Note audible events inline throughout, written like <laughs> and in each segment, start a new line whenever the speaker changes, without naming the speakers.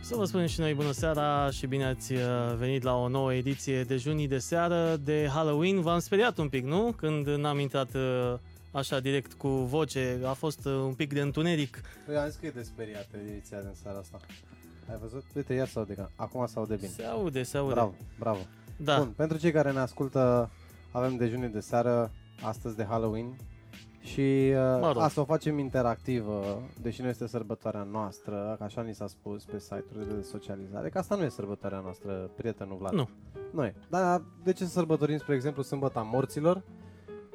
Să vă spunem și noi bună seara și bine ați uh, venit la o nouă ediție de junii de seară de Halloween. V-am speriat un pic, nu? Când n-am intrat uh, așa direct cu voce, a fost uh, un pic de întuneric.
Păi am zis că e de speriat ediția din seara asta. Ai văzut? Uite, iar se aude, că acum se aude bine.
Se aude, se aude.
Bravo, bravo.
Da.
Bun, pentru cei care ne ascultă, avem dejunii de seară astăzi de Halloween și
Mă
mă
rog.
rog. asta o facem interactivă, deși nu este sărbătoarea noastră, că așa ni s-a spus pe site-urile de socializare, că asta nu e sărbătoarea noastră, prietenul Vlad.
Nu.
Noi. Dar de ce să sărbătorim, spre exemplu, sâmbăta morților?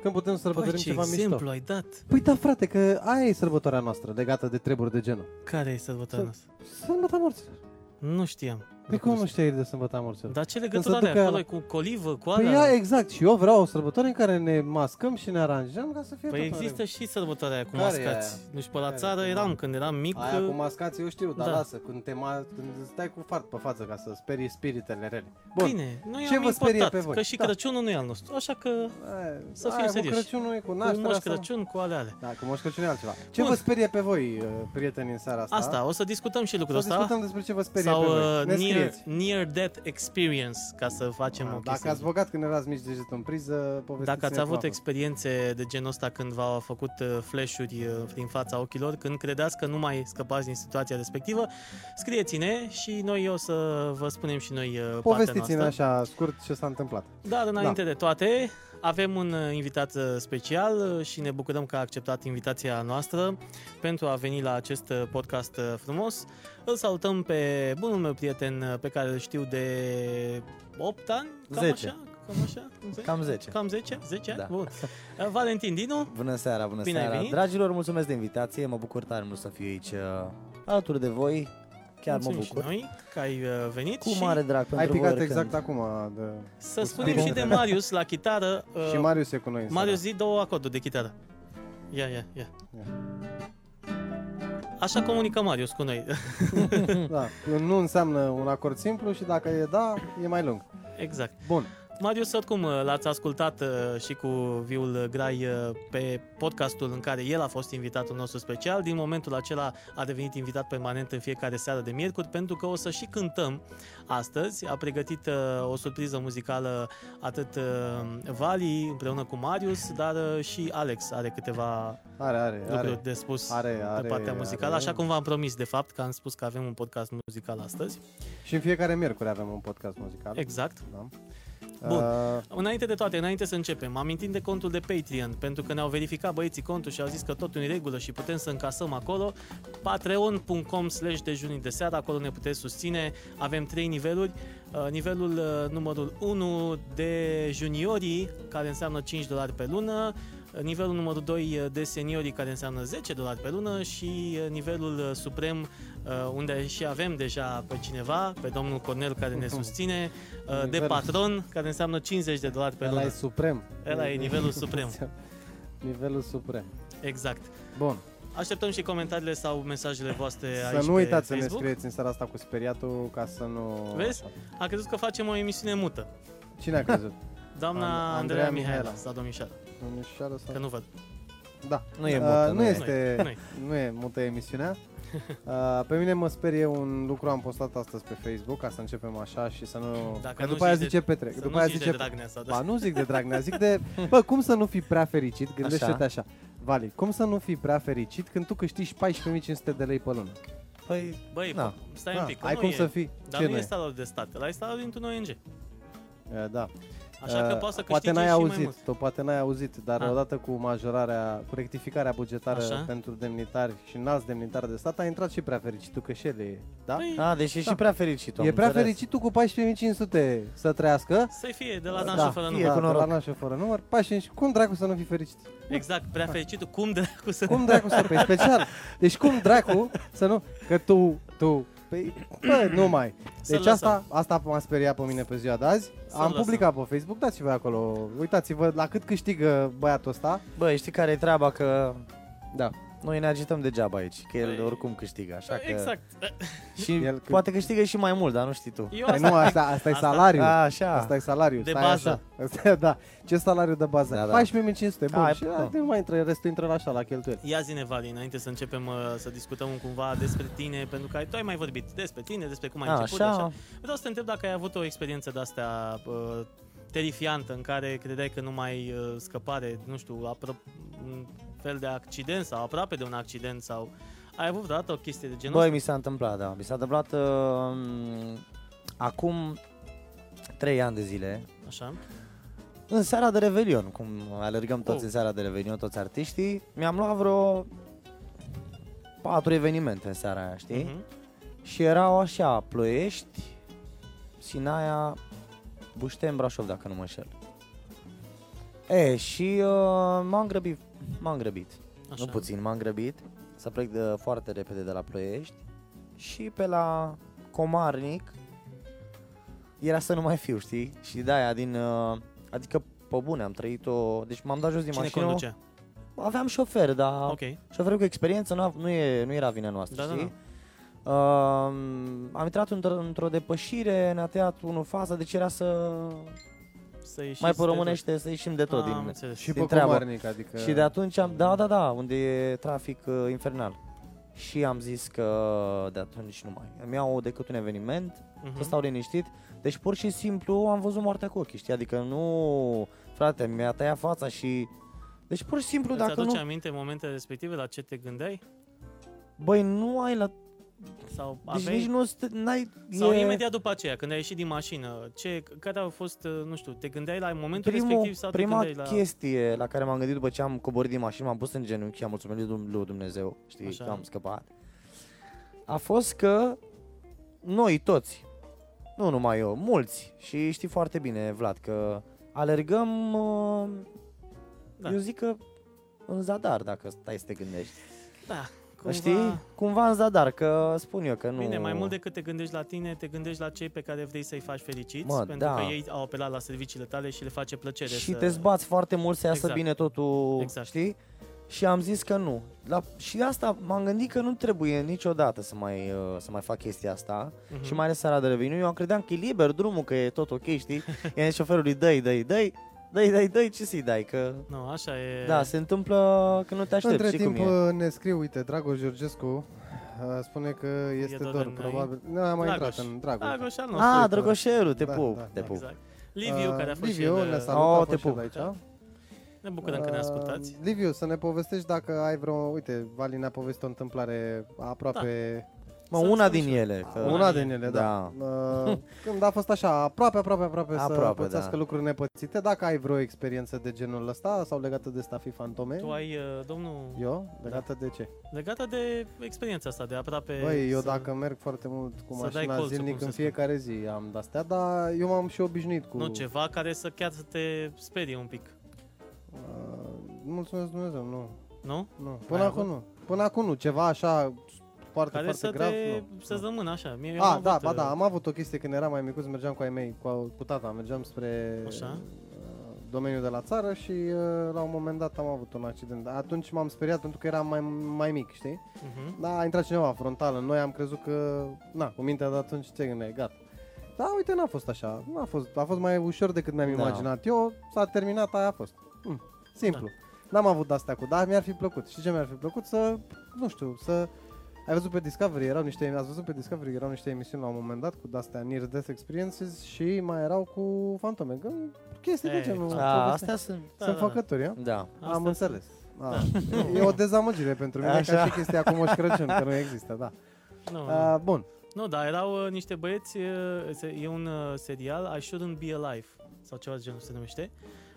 Când putem să
Păi,
sărbătorim
ce
ceva
exemplu
mișto.
ai dat?
Păi da, frate, că aia e sărbătoarea noastră, legată de treburi de genul.
Care e sărbătoarea
Să-
noastră?
Sâmbăta morților.
Nu știam.
Păi cum nu știi de sâmbăta morților?
Dar ce
Da. se
legătură
ducă
are
ea
acolo
la-
cu colivă, cu
Păi
alea?
ia, exact, și eu vreau o sărbătoare în care ne mascăm și ne aranjăm ca să fie
Păi
tot în
există și sărbătoarea aia cu
Care e
mascați.
aia?
Nu știu, pe la
Care e
țară
cu
eram
mama?
când eram mic. uh,
Aia cu mascați eu știu, dar
Da.
lasă, când, te ma- când stai cu fart pe față ca să sperii spiritele rele. Bun,
Bine, noi
Ce
am
vă sperie
importat,
pe voi?
că și
Da.
Crăciunul nu e al nostru. Așa că
aia,
Să fim
aia cu
serioși.
Crăciunul e cu
cu
nașterea
Moș
asta, mă.
Crăciun, cu alea alea.
Da, cu Moș Crăciun e altceva. Ce
Bun.
vă sperie pe voi, uh, prieteni, în seara asta?
Asta, o să discutăm și
Să
lucrul ăsta.
discutăm despre ce vă sperie
Sau
pe voi.
uh,
Ne
near,
scrieți. Ah,
near Death Experience, ca să facem o
Dacă
chestie.
ați băgat când erați mici degetul în priză, povestiți
Dacă ați avut experiențe de genul ăsta când v-au făcut uh, flash-uri uh, din fața ochilor, când credeți că nu mai scăpați din situația respectivă, scrieți-ne și noi o să vă spunem și noi uh, partea
Povestiți-ne
noastră.
așa scurt ce s-a întâmplat.
Da, Dar înainte
Da.
de toate, avem un uh, invitat uh, special uh, și ne bucurăm că a acceptat invitația noastră pentru a veni la acest uh, podcast uh, frumos. Îl salutăm pe bunul meu prieten uh, pe care îl știu de 8 ani, cam
10.
așa? Cam așa?
Cam 10.
Cam 10? 10 ani?
Da.
Bun. Uh, Valentin Dinu,
Bună seara, bună
Bine ai
seara.
venit.
Dragilor, mulțumesc de invitație. Mă bucur tare mult să fiu aici uh, alături de voi. Chiar mă
mulțumim
bucur.
și noi că ai uh, venit
Cu
și
mare drag
Ai
pentru voi.
picat
oricând.
exact acum. De...
să
cu
spunem
Spirit.
și de Marius la
<laughs>
chitară. uh,
Și Marius e cu noi în seara
Marius, zi două acorduri de chitară. Ia, ia, ia.
Ia.
Așa comunică Marius cu noi. <laughs>
Da, nu înseamnă un acord simplu și dacă e da, e mai lung.
exact.
Bun,
Marius, oricum l-ați ascultat uh, și cu Viul Grai uh, pe podcastul în care el a fost invitatul nostru special. Din momentul acela a devenit invitat permanent în fiecare seară de miercuri pentru că o să și cântăm astăzi. A pregătit uh, o surpriză muzicală atât uh, Vali împreună cu Marius, dar uh, și Alex are câteva
are, are,
lucruri
are.
de spus.
Are, are,
pe partea muzicală,
are.
așa cum v-am promis de fapt, că am spus că avem un podcast muzical astăzi.
Și în fiecare miercuri avem un podcast muzical.
Exact.
Da.
Bun.
Uh,
Înainte de toate, înainte să începem, amintim de contul de Patreon, pentru că ne-au verificat băieții contul și au zis că totul e în regulă și putem să încasăm acolo. Patreon.com slash dejunii de seară, acolo ne puteți susține. Avem trei niveluri. Uh, Nivelul uh, numărul 1 de juniorii, care înseamnă 5 dolari pe lună. Uh, Nivelul numărul 2 uh, de seniorii, care înseamnă 10 dolari pe lună. Și uh, nivelul uh, suprem, uh, unde și avem deja pe cineva, pe domnul Cornel, care ne susține, uh, de
Nivelul-
patron, care înseamnă 50 de dolari pe
ăla e
lună.
suprem.
Ăla e nivelul suprem.
<laughs> nivelul suprem.
Exact.
Bun,
Așteptăm și comentariile sau mesajele voastre
să
aici
nu
pe
uitați să ne
Facebook.
scrieți în seara asta cu speriatul ca să nu...
Vezi?
Așa.
A crezut că facem o emisiune mută.
Cine a crezut?
Doamna
An-
Andreea
Andreea
Mihaela
Mihaela.
sau domnișoara,
Domnișoară sau...
că nu văd.
Da.
Nu e
Uh,
mută,
nu,
nu e.
este,
Nu e.
nu e mută
<laughs>
emisiunea. Uh, pe mine mă sperie un lucru, am postat astăzi pe Facebook, ca să începem așa și să nu...
Dacă
că
nu
după aia
zici de-
zice Petre,
Să
după
nu
aia
zici
zice
de Dragnea da. sau de...
Ba, nu zic de Dragnea, zic
<laughs>
de... Bă, cum să nu fii prea fericit? Gândește-te
Așa.
așa. Vali, cum să nu fii prea fericit când tu câștigi 14.500 de lei pe lună?
Păi,
Băi,
Na.
stai
Da,
un pic, că
ai
nu
cum
e.
să fii?
Dar
Ce
nu
nu
e
e?
salariul de stat, ăla e salariul dintr-un ONG.
E, Da.
Așa că
E,
poți să
poate
câștigi
n-ai
și mai
auzit,
mult.
tu poate n-ai auzit, dar
Ah.
odată cu majorarea, cu rectificarea bugetară
Așa.
pentru demnitari și înalți demnitari de stat, a intrat și prea fericitul, că și el e, da?
Păi,
a, deci e
Da.
și prea fericit.
e prea fericitul cu 14.500 să trăiască.
Să fie de la Dan
da,
și fără
fie
număr.
cu
da, de la
noroc.
nașul fără număr. 14, cum dracu să nu fii fericit?
Exact, prea fericitul. Cum dracu să...
Cum dracu să pe special? Deci cum dracu să nu că tu tu Păi, bă, nu mai.
Să
Deci
lăsăm.
asta, asta m-a speriat pe mine pe ziua de azi.
Să
Am
lăsăm.
publicat pe Facebook, dați-vă acolo. Uitați-vă la cât câștigă băiatul ăsta.
Bă, știi care e treaba? Că
Da.
Noi ne agităm degeaba aici, că el
Păi,
oricum câștigă, așa că...
<laughs> Exact.
Și
El
el
cât-
poate câștigă și mai mult, dar nu știi tu.
Eu
Păi
asta...
nu, asta, asta e
Asta-
salariu.
A, așa.
Asta e salariu.
De
stai
bază.
Așa. Asta, e, <laughs> da. Ce salariu de bază? Da,
Da, da.
da. 14.500, bun.
Hai,
și
da.
da. nu mai intră, restul intră la așa, la cheltuieli.
Ia zine, Vali, înainte să începem uh, să discutăm cumva despre tine, pentru că ai- tu ai mai vorbit despre tine, despre cum ai
A,
început,
Ah, așa.
așa. Vreau să te întreb dacă ai avut o experiență de-astea uh, terifiantă în care credeai că nu mai uh, scăpare, nu știu, apro- un fel de accident sau aproape de un accident sau... Ai avut vreodată o chestie de genul
Băi, mi s-a întâmplat, da. Mi s-a întâmplat uh, acum 3 ani de zile,
Așa?
În seara de Revelion, cum alergăm toți
Oh.
în seara de Revelion, toți artiștii, mi-am luat vreo patru evenimente în seara aia, știi?
Mhm.
Și erau așa, Ploiești, Sinaia, Bușten, Brașov, dacă nu mă înșel. E, și uh, m-am grăbit, m-am grăbit.
Așa.
Nu puțin, m-am grăbit să plec de, foarte repede de la Ploiești și pe la Comarnic era să nu mai fiu, știi? Și de aia din... uh, Adică pe bune am trăit-o... Deci m-am dat jos din
Cine
mașină. Ah.
conducea?
Aveam șofer, dar
Ok.
okay. șoferul cu experiență nu, a- nu, e, nu era vina noastră,
Da, da,
știi? Um, am intrat într- într-o depășire, ne-a tăiat unul faza, deci era să...
Să ieși
mai pe românește să ieșim de tot
Ah, Am
din,
înțeles.
Și
din
pe
treabă.
comarnic, adică...
Și de atunci am, da, da, da, unde e trafic uh, infernal. Și am zis că de atunci nu mai. Îmi iau decât un eveniment,
Mhm.
să stau liniștit. Deci pur și simplu am văzut moartea cu ochii, știi? Adică nu, frate, mi-a tăiat fața și... Deci pur și simplu,
Îți
dacă
aduce
nu...
aminte momentele respective la ce te gândeai?
Băi, nu ai la...
Sau
Deci
aveai...
nici nu... st- N-ai...
Sau
e-
imediat după aceea, când ai ieșit din mașină, ce, care au fost, uh, nu știu, te gândeai la momentul
Primul,
respectiv sau
prima
te gândeai
chestie la... care m-am gândit după ce am coborât din mașină, m-am pus în genunchi, am mulțumit lui Dum- lui Dumnezeu, știi,
Așa.
că am scăpat, a fost că noi toți, nu numai eu, mulți, și știi foarte bine, Vlad, că alergăm, uh,
Da.
eu zic că în zadar, dacă stai să te gândești.
la... Da, cumva...
Cumva... Știi? Cumva în zadar, că spun eu că nu...
Bine, mai mult decât te gândești la tine, te gândești la cei pe care vrei să-i faci fericiți,
Mă,
pentru
da.
că ei au apelat la serviciile tale și le face plăcere
și
să...
te zbați foarte mult să iasă
Exact.
bine totul,
Exact.
știi? Și am zis că nu. La, și de asta m-am gândit că nu trebuie niciodată să mai, uh, să mai fac chestia asta.
Mhm.
Și mai ales seara de reveniu, eu credeam că e liber drumul, că e tot ok,
<laughs>
știi? E șoferului, dă-i, dă-i, dăi, dăi, dăi, dăi, ce să-i dai? Că,
Nu, așa e...
da, se întâmplă că nu te aștepți,
Între
știi
timp
cum e.
uh, ne scriu, uite, Dragoș Georgescu uh, spune că este
doar
dor,
în noi.
probabil. Nu am mai
Dragoș.
intrat în Dragoș.
Dragoș al nostru.
Ah, drăgoșelul, te
Da,
pup,
da,
te
da,
pup.
Exact. Liviu,
Uh,
care a fost
Liviu,
și el,
ne
uh,
salută,
Oh,
a
te
fost și el
pup.
aici.
Ne bucurăm că ne
Uh,
ascultați.
Liviu, să ne povestești dacă ai vreo... Uite, Vali ne-a povestit o întâmplare aproape...
Mă,
Să-mi
una
spun
din
și eu.
ele. Că...
Da.
Una din ele, da.
Da. <laughs>
Uh, Când a fost așa, aproape, aproape, aproape, să
Aproape,
pățească
da.
lucruri nepățite. Dacă ai vreo experiență de genul ăsta sau legată de stafii fantome,
Tu ai, uh, domnul,
eu, legată de ce?
legată de experiența asta, de aproape...
Băi, eu
să-
dacă merg foarte mult cu
Exact. să dai
mașina
colțul,
zilnic
cum
în
se spune.
fiecare zi am de-astea, dar eu m-am și obișnuit cu...
Nu, ceva care să chiar să te sperie un pic,
Uh, mulțumesc Dumnezeu, nu.
nu?
nu. Până
Ai
acum nu. Până acum nu, ceva așa foarte,
Care
foarte
să
grav,
te,
nu.
să-ți rămână așa. Mie, eu
A,
am
da,
avut,
ba
uh,
da, am avut o chestie când eram mai micuț, mergeam cu ai mei, cu, cu tata, mergeam spre
Așa.
uh, domeniul de la țară și uh, la un moment dat am avut un accident. Atunci m-am speriat pentru că eram mai, mai mic, știi?
mhm.
Da, a intrat cineva frontal în noi, am crezut că, na, cu mintea de atunci ce gândeai, gata. Da, uite, n-a fost așa, n-a fost, a fost mai ușor decât mi-am
Da.
imaginat eu, s-a terminat, aia a fost. Mm,
Da.
simplu. N-am avut asta cu, dar mi-ar fi plăcut. Și ce mi-ar fi plăcut? Să, nu știu, să... Ai văzut pe Discovery, erau niște, ați văzut pe Discovery, erau niște emisiuni la un moment dat cu astea Near Death Experiences și mai erau cu fantome. Că, chestii
Ei,
de genul.
da.
A,
povestea.
astea sunt...
Da,
Sunt
da, da.
făcături, ia?
Da.
Astea
Am
sunt.
înțeles. Da. E o dezamăgire pentru mine,
Așa.
Așa. ca și chestia cu Moș Crăciun, că nu există, da.
Nu, nu.
Uh, bun,
Nu, dar erau uh, niște băieți, uh, se- e un uh, serial, I Shouldn't Be Alive, sau ceva de genul se numește.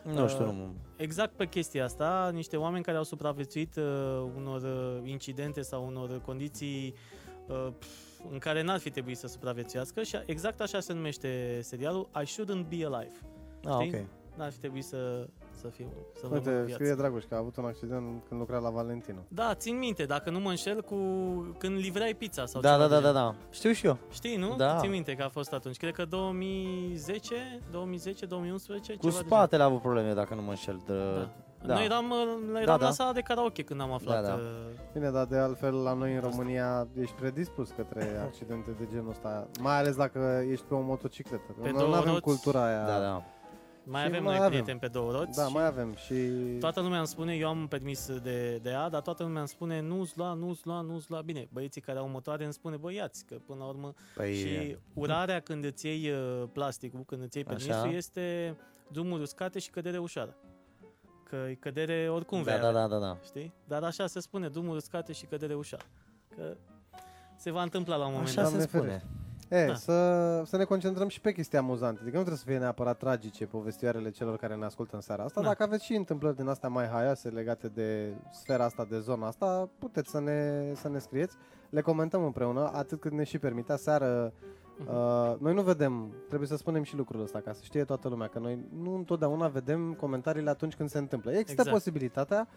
Uh,
Nu știu, nu.
Exact pe chestia asta, niște oameni care au supraviețuit uh, unor uh, incidente sau unor condiții uh, pf, în care n-ar fi trebuit să supraviețuiască și exact așa se numește serialul, I Shouldn't Be Alive.
Ah,
Știi?
ok.
N-ar fi trebuit să, să fiu, să rămân în
uite,
viață.
scrie Dragoș că a avut un accident când lucra la Valentino.
Da, țin minte, dacă nu mă înșel, cu când livrai pizza sau
Da,
ceva
da,
de
da, da,
genul.
da. Știu și eu.
Știi, nu?
Da.
Țin minte că a fost atunci. Cred că 2010, 2010, 2011,
Cu
ceva de genul.
spatele a avut probleme, dacă nu mă înșel, de,
Da.
da.
Da.
Da.
Noi eram, uh, eram
Da,
da,
da.
la sala de karaoke când am aflat. Da,
Da,
da.
da.
Bine, dar de altfel la noi în România ești predispus către
<laughs>
accidente de genul ăsta, mai ales dacă ești pe o motocicletă.
Pe
Noi
două
nu avem
roți.
cultura aia.
Da, da.
Mai
Și
avem
mai
noi
avem.
prieteni pe două roți.
Da,
și
mai avem și...
Toată lumea îmi spune, eu am permis de, de ea, dar toată lumea îmi spune nu-ți lua, nu-ți lua, nu-ți lua. Bine, băieții care au motoare îmi spune, băi, iați, că până la urmă...
Păi,
Și urarea când îți iei uh, plasticul, când îți iei
Așa.
permisul, este drumuri uscate și cădere ușoară. Că e cădere oricum vei
da, da,
avea,
da, da, da.
știi? Dar așa se spune, drumuri uscate și cădere ușoară. Că se va întâmpla la un moment
Așa
dat.
Doamne
se spune.
ferește. E,
Da.
să, să ne concentrăm și pe chestii amuzante. Adică nu trebuie să fie neapărat tragice povestioarele celor care ne ascultă în seara asta.
Da.
Dacă aveți și întâmplări din astea mai haioase legate de sfera asta, de zona asta, puteți să ne, să ne scrieți. Le comentăm împreună, atât cât ne și permitea seară.
Mhm.
Uh, noi nu vedem, trebuie să spunem și lucrul ăsta, ca să știe toată lumea, că noi nu întotdeauna vedem comentariile atunci când se întâmplă. Există
Exact.
posibilitatea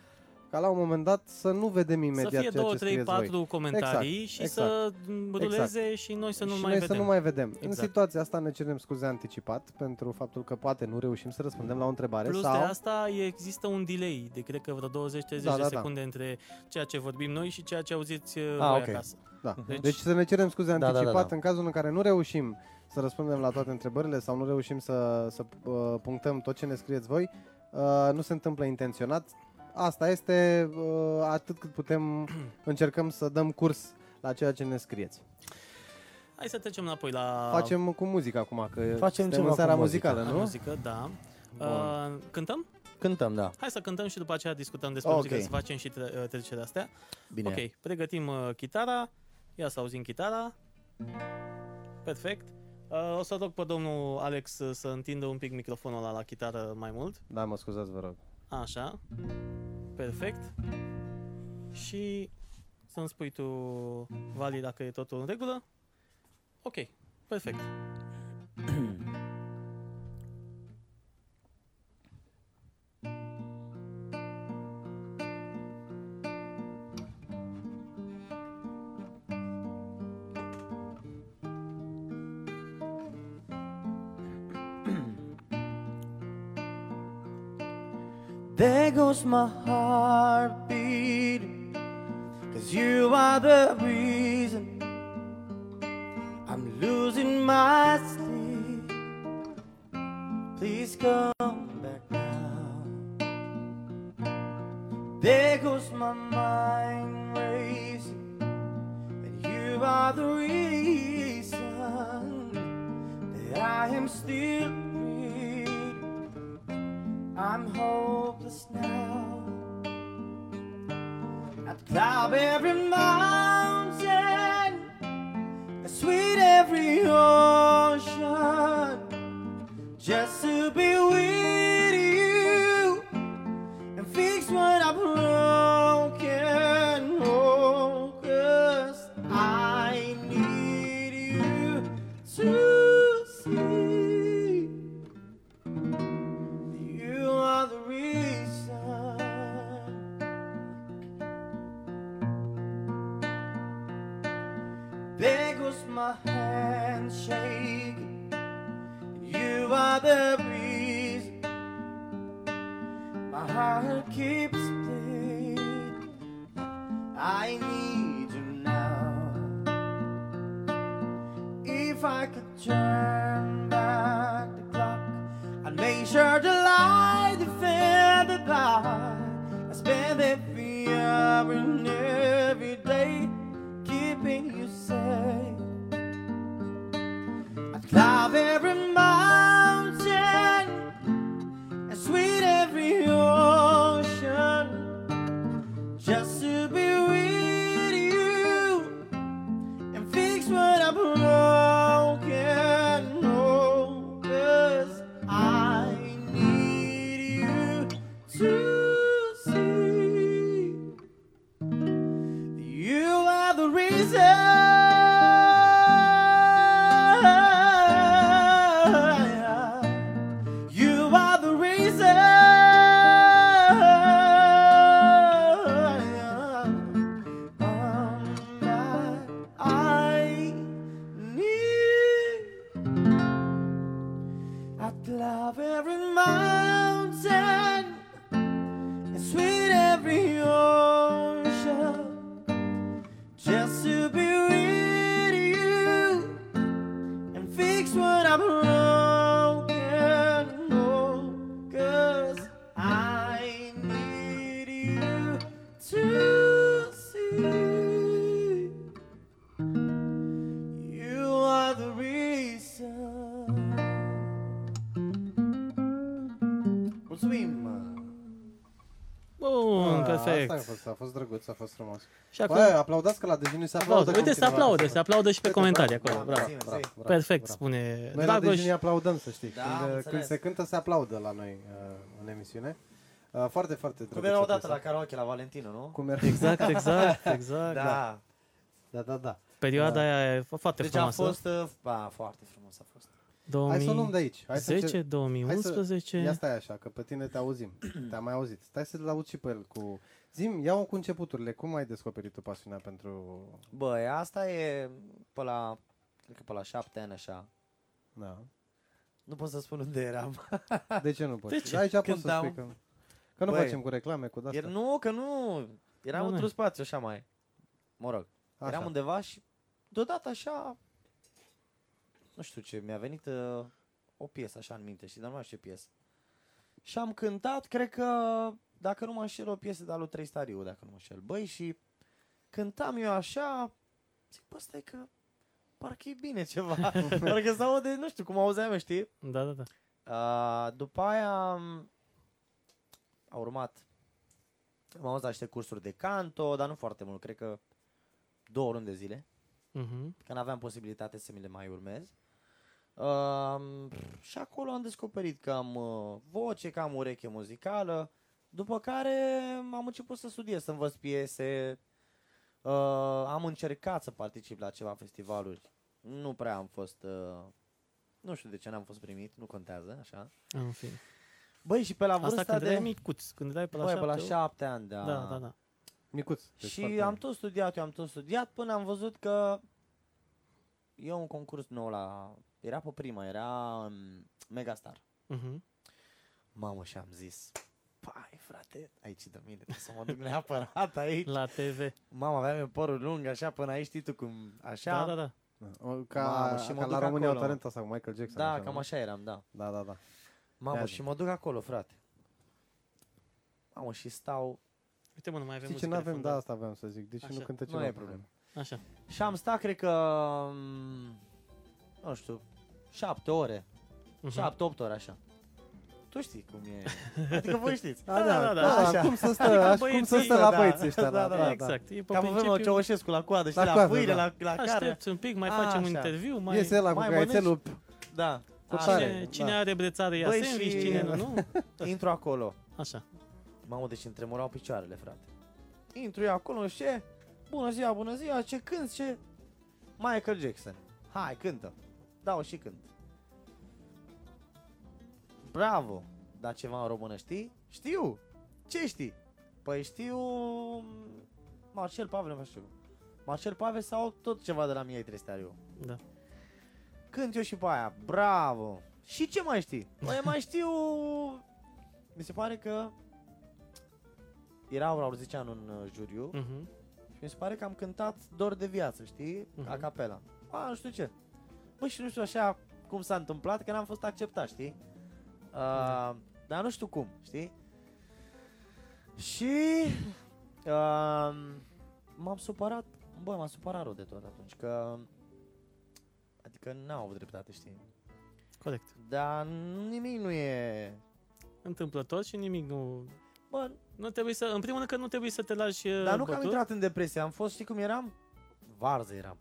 ca la un moment dat să nu vedem
Să
imediat
fie
ceea
2, 3,
ce scrieți voi.
4 comentarii
Exact,
și
exact.
să ruleze și noi să nu
și
mai
noi
vedem.
să nu mai vedem. Exact. În
Exact.
situația asta ne cerem scuze anticipat pentru faptul că poate nu reușim să răspundem la o întrebare
Plus
sau
de asta e- există un delay de cred că vreo 20-30
Da,
de
da, da.
secunde între ceea ce vorbim noi și ceea ce auziți uh,
Ah,
voi
ok.
acasă.
da.
Deci-
Deci... deci să ne cerem scuze
Da, da, da,
anticipat
da.
în cazul în care nu reușim să răspundem la toate întrebările sau nu reușim să, să uh, punctăm tot ce ne scrieți voi. Uh, nu se întâmplă intenționat. Asta este uh, atât cât putem <clears throat> încercăm să dăm curs la ceea ce ne scrieți.
Hai să trecem înapoi la,
Facem cu muzică acum că suntem
ceva
în
cu
seara
muzică.
muzicală,
la
nu?
muzică, da. Uh, cântăm?
Cântăm, da.
Hai să cântăm și după aceea discutăm despre
Ok.
muzică, să facem și tre- uh, trecerea astea.
Bine.
Ok, pregătim uh, chitara. Ia să auzim chitara. Perfect. Uh, o să rog pe domnul Alex uh, să întindă un pic microfonul ăla la chitară mai mult.
Da, mă scuzați, vă rog.
Așa. Perfect. Și să-mi spui tu, Vali, dacă e totul în regulă. Ok, perfect.
There goes my heartbeat. Cause you are the reason I'm losing my sleep. Please come back now. There goes my mind racing. And you are the reason that I am still breathing. I'm hopeless now. I'd climb every mountain, and sweet every ocean, just to be with you and fix what I've broken. Oh, 'cause I need you to see. You are the reason. There goes my hand shaking. You are the reason. My heart keeps bleeding. I need you now. If I could turn back the clock, I'd make sure to light the feather by. I spend every hour and every day keeping you safe. I'd climb every mountain and sweet every ocean just to be with you and fix what I'm broken. Oh, 'cause I need you to see you are the reason. You are the reason. I
fix what I'm broken, oh, 'cause I need you to see you are the reason. Mulțumim!
Bun,
Ah, Asta a
perfect.
fost, a fost drăguț, a fost frumos.
Și acum,
Bă, Păi, aplaudați că la dejunii se aplaudă.
aplaudă. uite, se
continuare.
aplaudă, se aplaudă și pe
Uite,
comentarii
bravo,
acolo.
bravo,
Bravo.
bravo, bravo, bravo,
Perfect,
bravo.
spune Da,
Noi la
Dragoș.
Dejunii aplaudăm, să știi.
Da, am
când, când
înțeles.
se cântă, se aplaudă la noi uh, în emisiune. Uh, foarte, foarte
Cum
drăguț.
era odată la karaoke, la Valentino, nu?
Cum era?
Exact,
<laughs>
exact, exact.
Da.
Da, da, da.
Perioada aia e fo- foarte
Deci a
frumoasă.
fost, uh, ba, foarte frumos a fost.
Hai să o luăm de aici. Hai să
2010,
încerc- Ia
2011.
stai așa, că pe tine te auzim. <clears throat> Te-am mai auzit. Stai să-l aud și pe el cu... Zim, iau cu începuturile. Cum ai descoperit tu pasiunea pentru...
Băi, asta e pe la, cred că pe la șapte ani așa.
Da.
Nu pot să spun unde
<laughs>
eram.
De ce nu poți?
De ce?
Aici poți să
Cântam.
spui că... Că nu
Băi.
facem cu reclame, cu
Iar
de-astea.
nu, că nu, eram
Nu,
într-un
nu.
spațiu așa mai, mă rog. Așa. Eram
Așa.
undeva și deodată așa, nu știu ce, mi-a venit uh, o piesă așa în minte, știi, dar nu mai știu ce piesă. Și am cântat, cred că, dacă nu mă înșel, o piesă de-a lui Trei Stariu, dacă nu mă înșel. Băi, și cântam eu așa, zic, bă, stai că parcă e bine
<laughs>
ceva. parcă se aude, nu știu, cum auzeam, eu, știi?
Da, da, da.
Uh, după aia m, a urmat. Am auzit la niște cursuri de canto, dar nu foarte mult, cred că două luni de zile,
Mhm.
că n-aveam posibilitate să mi le mai urmez. Uh, și acolo am descoperit că am uh, voce, că am ureche muzicală, după care am început să studiez, să învăț piese, uh, am încercat să particip la ceva festivaluri. Nu prea am fost, uh, nu știu de ce n-am fost primit, nu contează, așa.
În fine.
Băi, și pe la vârsta
Asta când
de...
erai micuț, când erai pe la
Băi, pe la
7.
șapte ani, da.
Da, da, da.
Micuț. deci
Și
foarte-
am tot studiat, eu am tot studiat, până am văzut că e un concurs nou la... Era pe prima, era um, Megastar.
Mhm.
Mamă, și am zis, pai, frate, aici de mine, trebuie să mă duc neapărat aici.
La TV.
Mama, aveam eu părul lung, așa, până aici, știi tu cum, așa.
Da, da, da.
Da. O, Ca,
Mamă, și mă
ca
duc
la România au
acolo.
talent sau cu Michael Jackson.
da
așa,
cam
nu?
așa eram, da.
Da, da, da.
Mamă,
Iată.
și mă duc acolo, frate. Mamă, și stau,
Uite mă, nu mai avem
Știi ce
muzică de
n-avem?
fond,
Da, asta aveam să zic. Deci nu
Așa.
cântă
Nu
ceva.
e problemă.
Așa.
Și am stat, cred că, m, nu știu, șapte ore,
Mhm.
șapte, opt ore, așa. Tu știi cum
<laughs>
e, adică voi știți.
Da, da, da,
da,
da,
așa.
cum să stă,
Adică
așa, cum să
băieții-
stă la
Da,
băieții ăștia,
da,
da,
da,
da, da.
Exact. E pe
Ca pe vremea lui
principiu,
Ceaușescu la coadă, știi,
La
la,
coadă,
pâine,
da.
la, la care.
aștepți un pic, mai
A,
facem un
așa.
interviu, mai...
Iese ăla cu
mai mănânci?
caietelul,
Da,
Cu
așa.
tare.
Cine,
Da.
cine are brețare ia
Băi,
sandwich,
și-
cine nu,
<laughs>
nu?
Intru acolo.
Așa.
Mamă, deci îmi tremurau picioarele, frate. Intru eu acolo și e, bună ziua, bună ziua, ce cânt, ce... Michael Jackson. Hai, cântă. Dau și cânt. Bravo! Dar ceva în română știi? Știu! Ce știi? Păi știu... Marcel Pavel, nu știu. Marcel Pavel sau tot ceva de la mie Trestariu.
Da.
Cânt eu și pe aia. Bravo! Și ce mai știi? Păi mai știu... Mi se pare că... Era vreo 10 ani în uh, juriu.
Mhm.
Și mi se pare că am cântat Dor de viață, știi?
Mhm.
A capela. A, nu știu ce. Bă, și nu știu așa cum s-a întâmplat, că n-am fost acceptat, știi? Uh,
Mhm.
Dar nu știu cum, știi? Și... Uh, m-am supărat, bă, m-am supărat rău de tot atunci, că... Adică n-au avut dreptate, știi?
Corect.
Dar nimic nu e...
Întâmplător și nimic nu...
Bă,
Nu trebuie să... În primul rând că nu trebuie să te lași uh,
dar nu că am
bătut.
intrat în depresie, am fost, știi cum eram? Varză eram.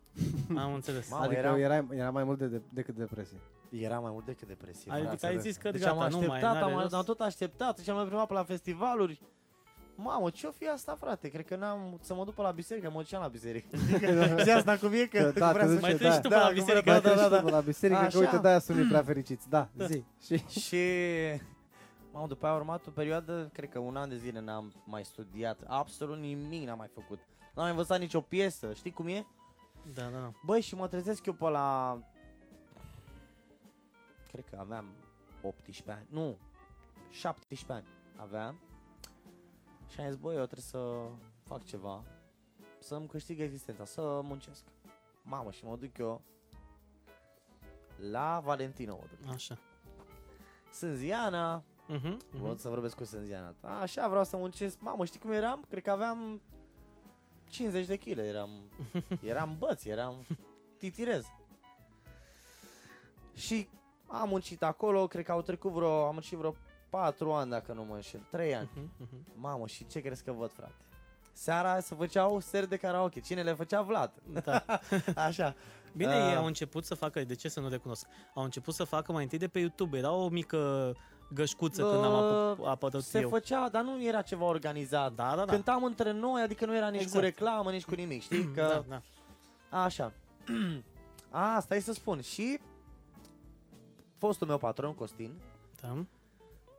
Am înțeles.
Mamă,
adică
eram-
era, era mai mult de, de, decât depresie.
Era mai mult decât depresie. frate.
Adică ai
înțeles.
zis că
deci
gata,
am
nu mai
așteptat,
n-are
am,
rost.
am tot așteptat și am mai primat pe la festivaluri. Mamă, ce-o fi asta, frate? Cred că n-am să mă duc pe la biserică, mă duceam la
<laughs>
biserică. și asta cum e că,
Că da,
că vrea
te
să...
duci-
Mai
Da,
treci tu pe
da,
la
cum
biserică.
era-
Da,
da,
da,
da.
da, la biserică,
Așa.
că uite, de-aia sunt ei prea fericiți. Da, zi. Și
Și... Mamă, după aia a urmat o perioadă, cred că un an de zile n-am mai studiat, absolut nimic n-am mai făcut. N-am mai învățat nicio piesă, știi cum e?
Da, da, da.
Băi, și mă trezesc eu pe la... Cred că aveam 18 ani, nu, 17 ani aveam. Și am zis, băi, eu trebuie să fac ceva, să-mi câștig existența, să muncesc. Mamă, și mă duc eu la Valentino mă duc.
Așa.
Sânziana,
Mhm,
mm-hmm.
mhm.
să vorbesc cu Sânziana. Așa, vreau să muncesc. Mamă, știi cum eram? Cred că aveam 50 de
<laughs>
kg, eram, eram băț, eram titirez. Și am muncit acolo, cred că au trecut vreo, am muncit vreo 4 ani, dacă nu mă înșel,
<laughs>
3 ani.
Mhm, mhm.
Mamă, și ce crezi că văd, frate? Seara se făceau seri de karaoke. Cine le
<laughs>
făcea? Vlad.
Da.
Așa.
Bine,
Ah.
ei au început să facă, de ce să nu recunosc? Au început să facă mai întâi de pe YouTube. Era o mică gășcuță când am apu-
Bă,
apătut
Se
eu.
făcea, dar nu era ceva organizat.
Da, da, da.
Cântam între noi, adică nu era nici
Exact.
cu reclamă, nici cu nimic,
<clears throat>
știi? Că...
Da, da.
Așa. <clears throat> A, stai să spun. Și fostul meu patron, Costin,
da.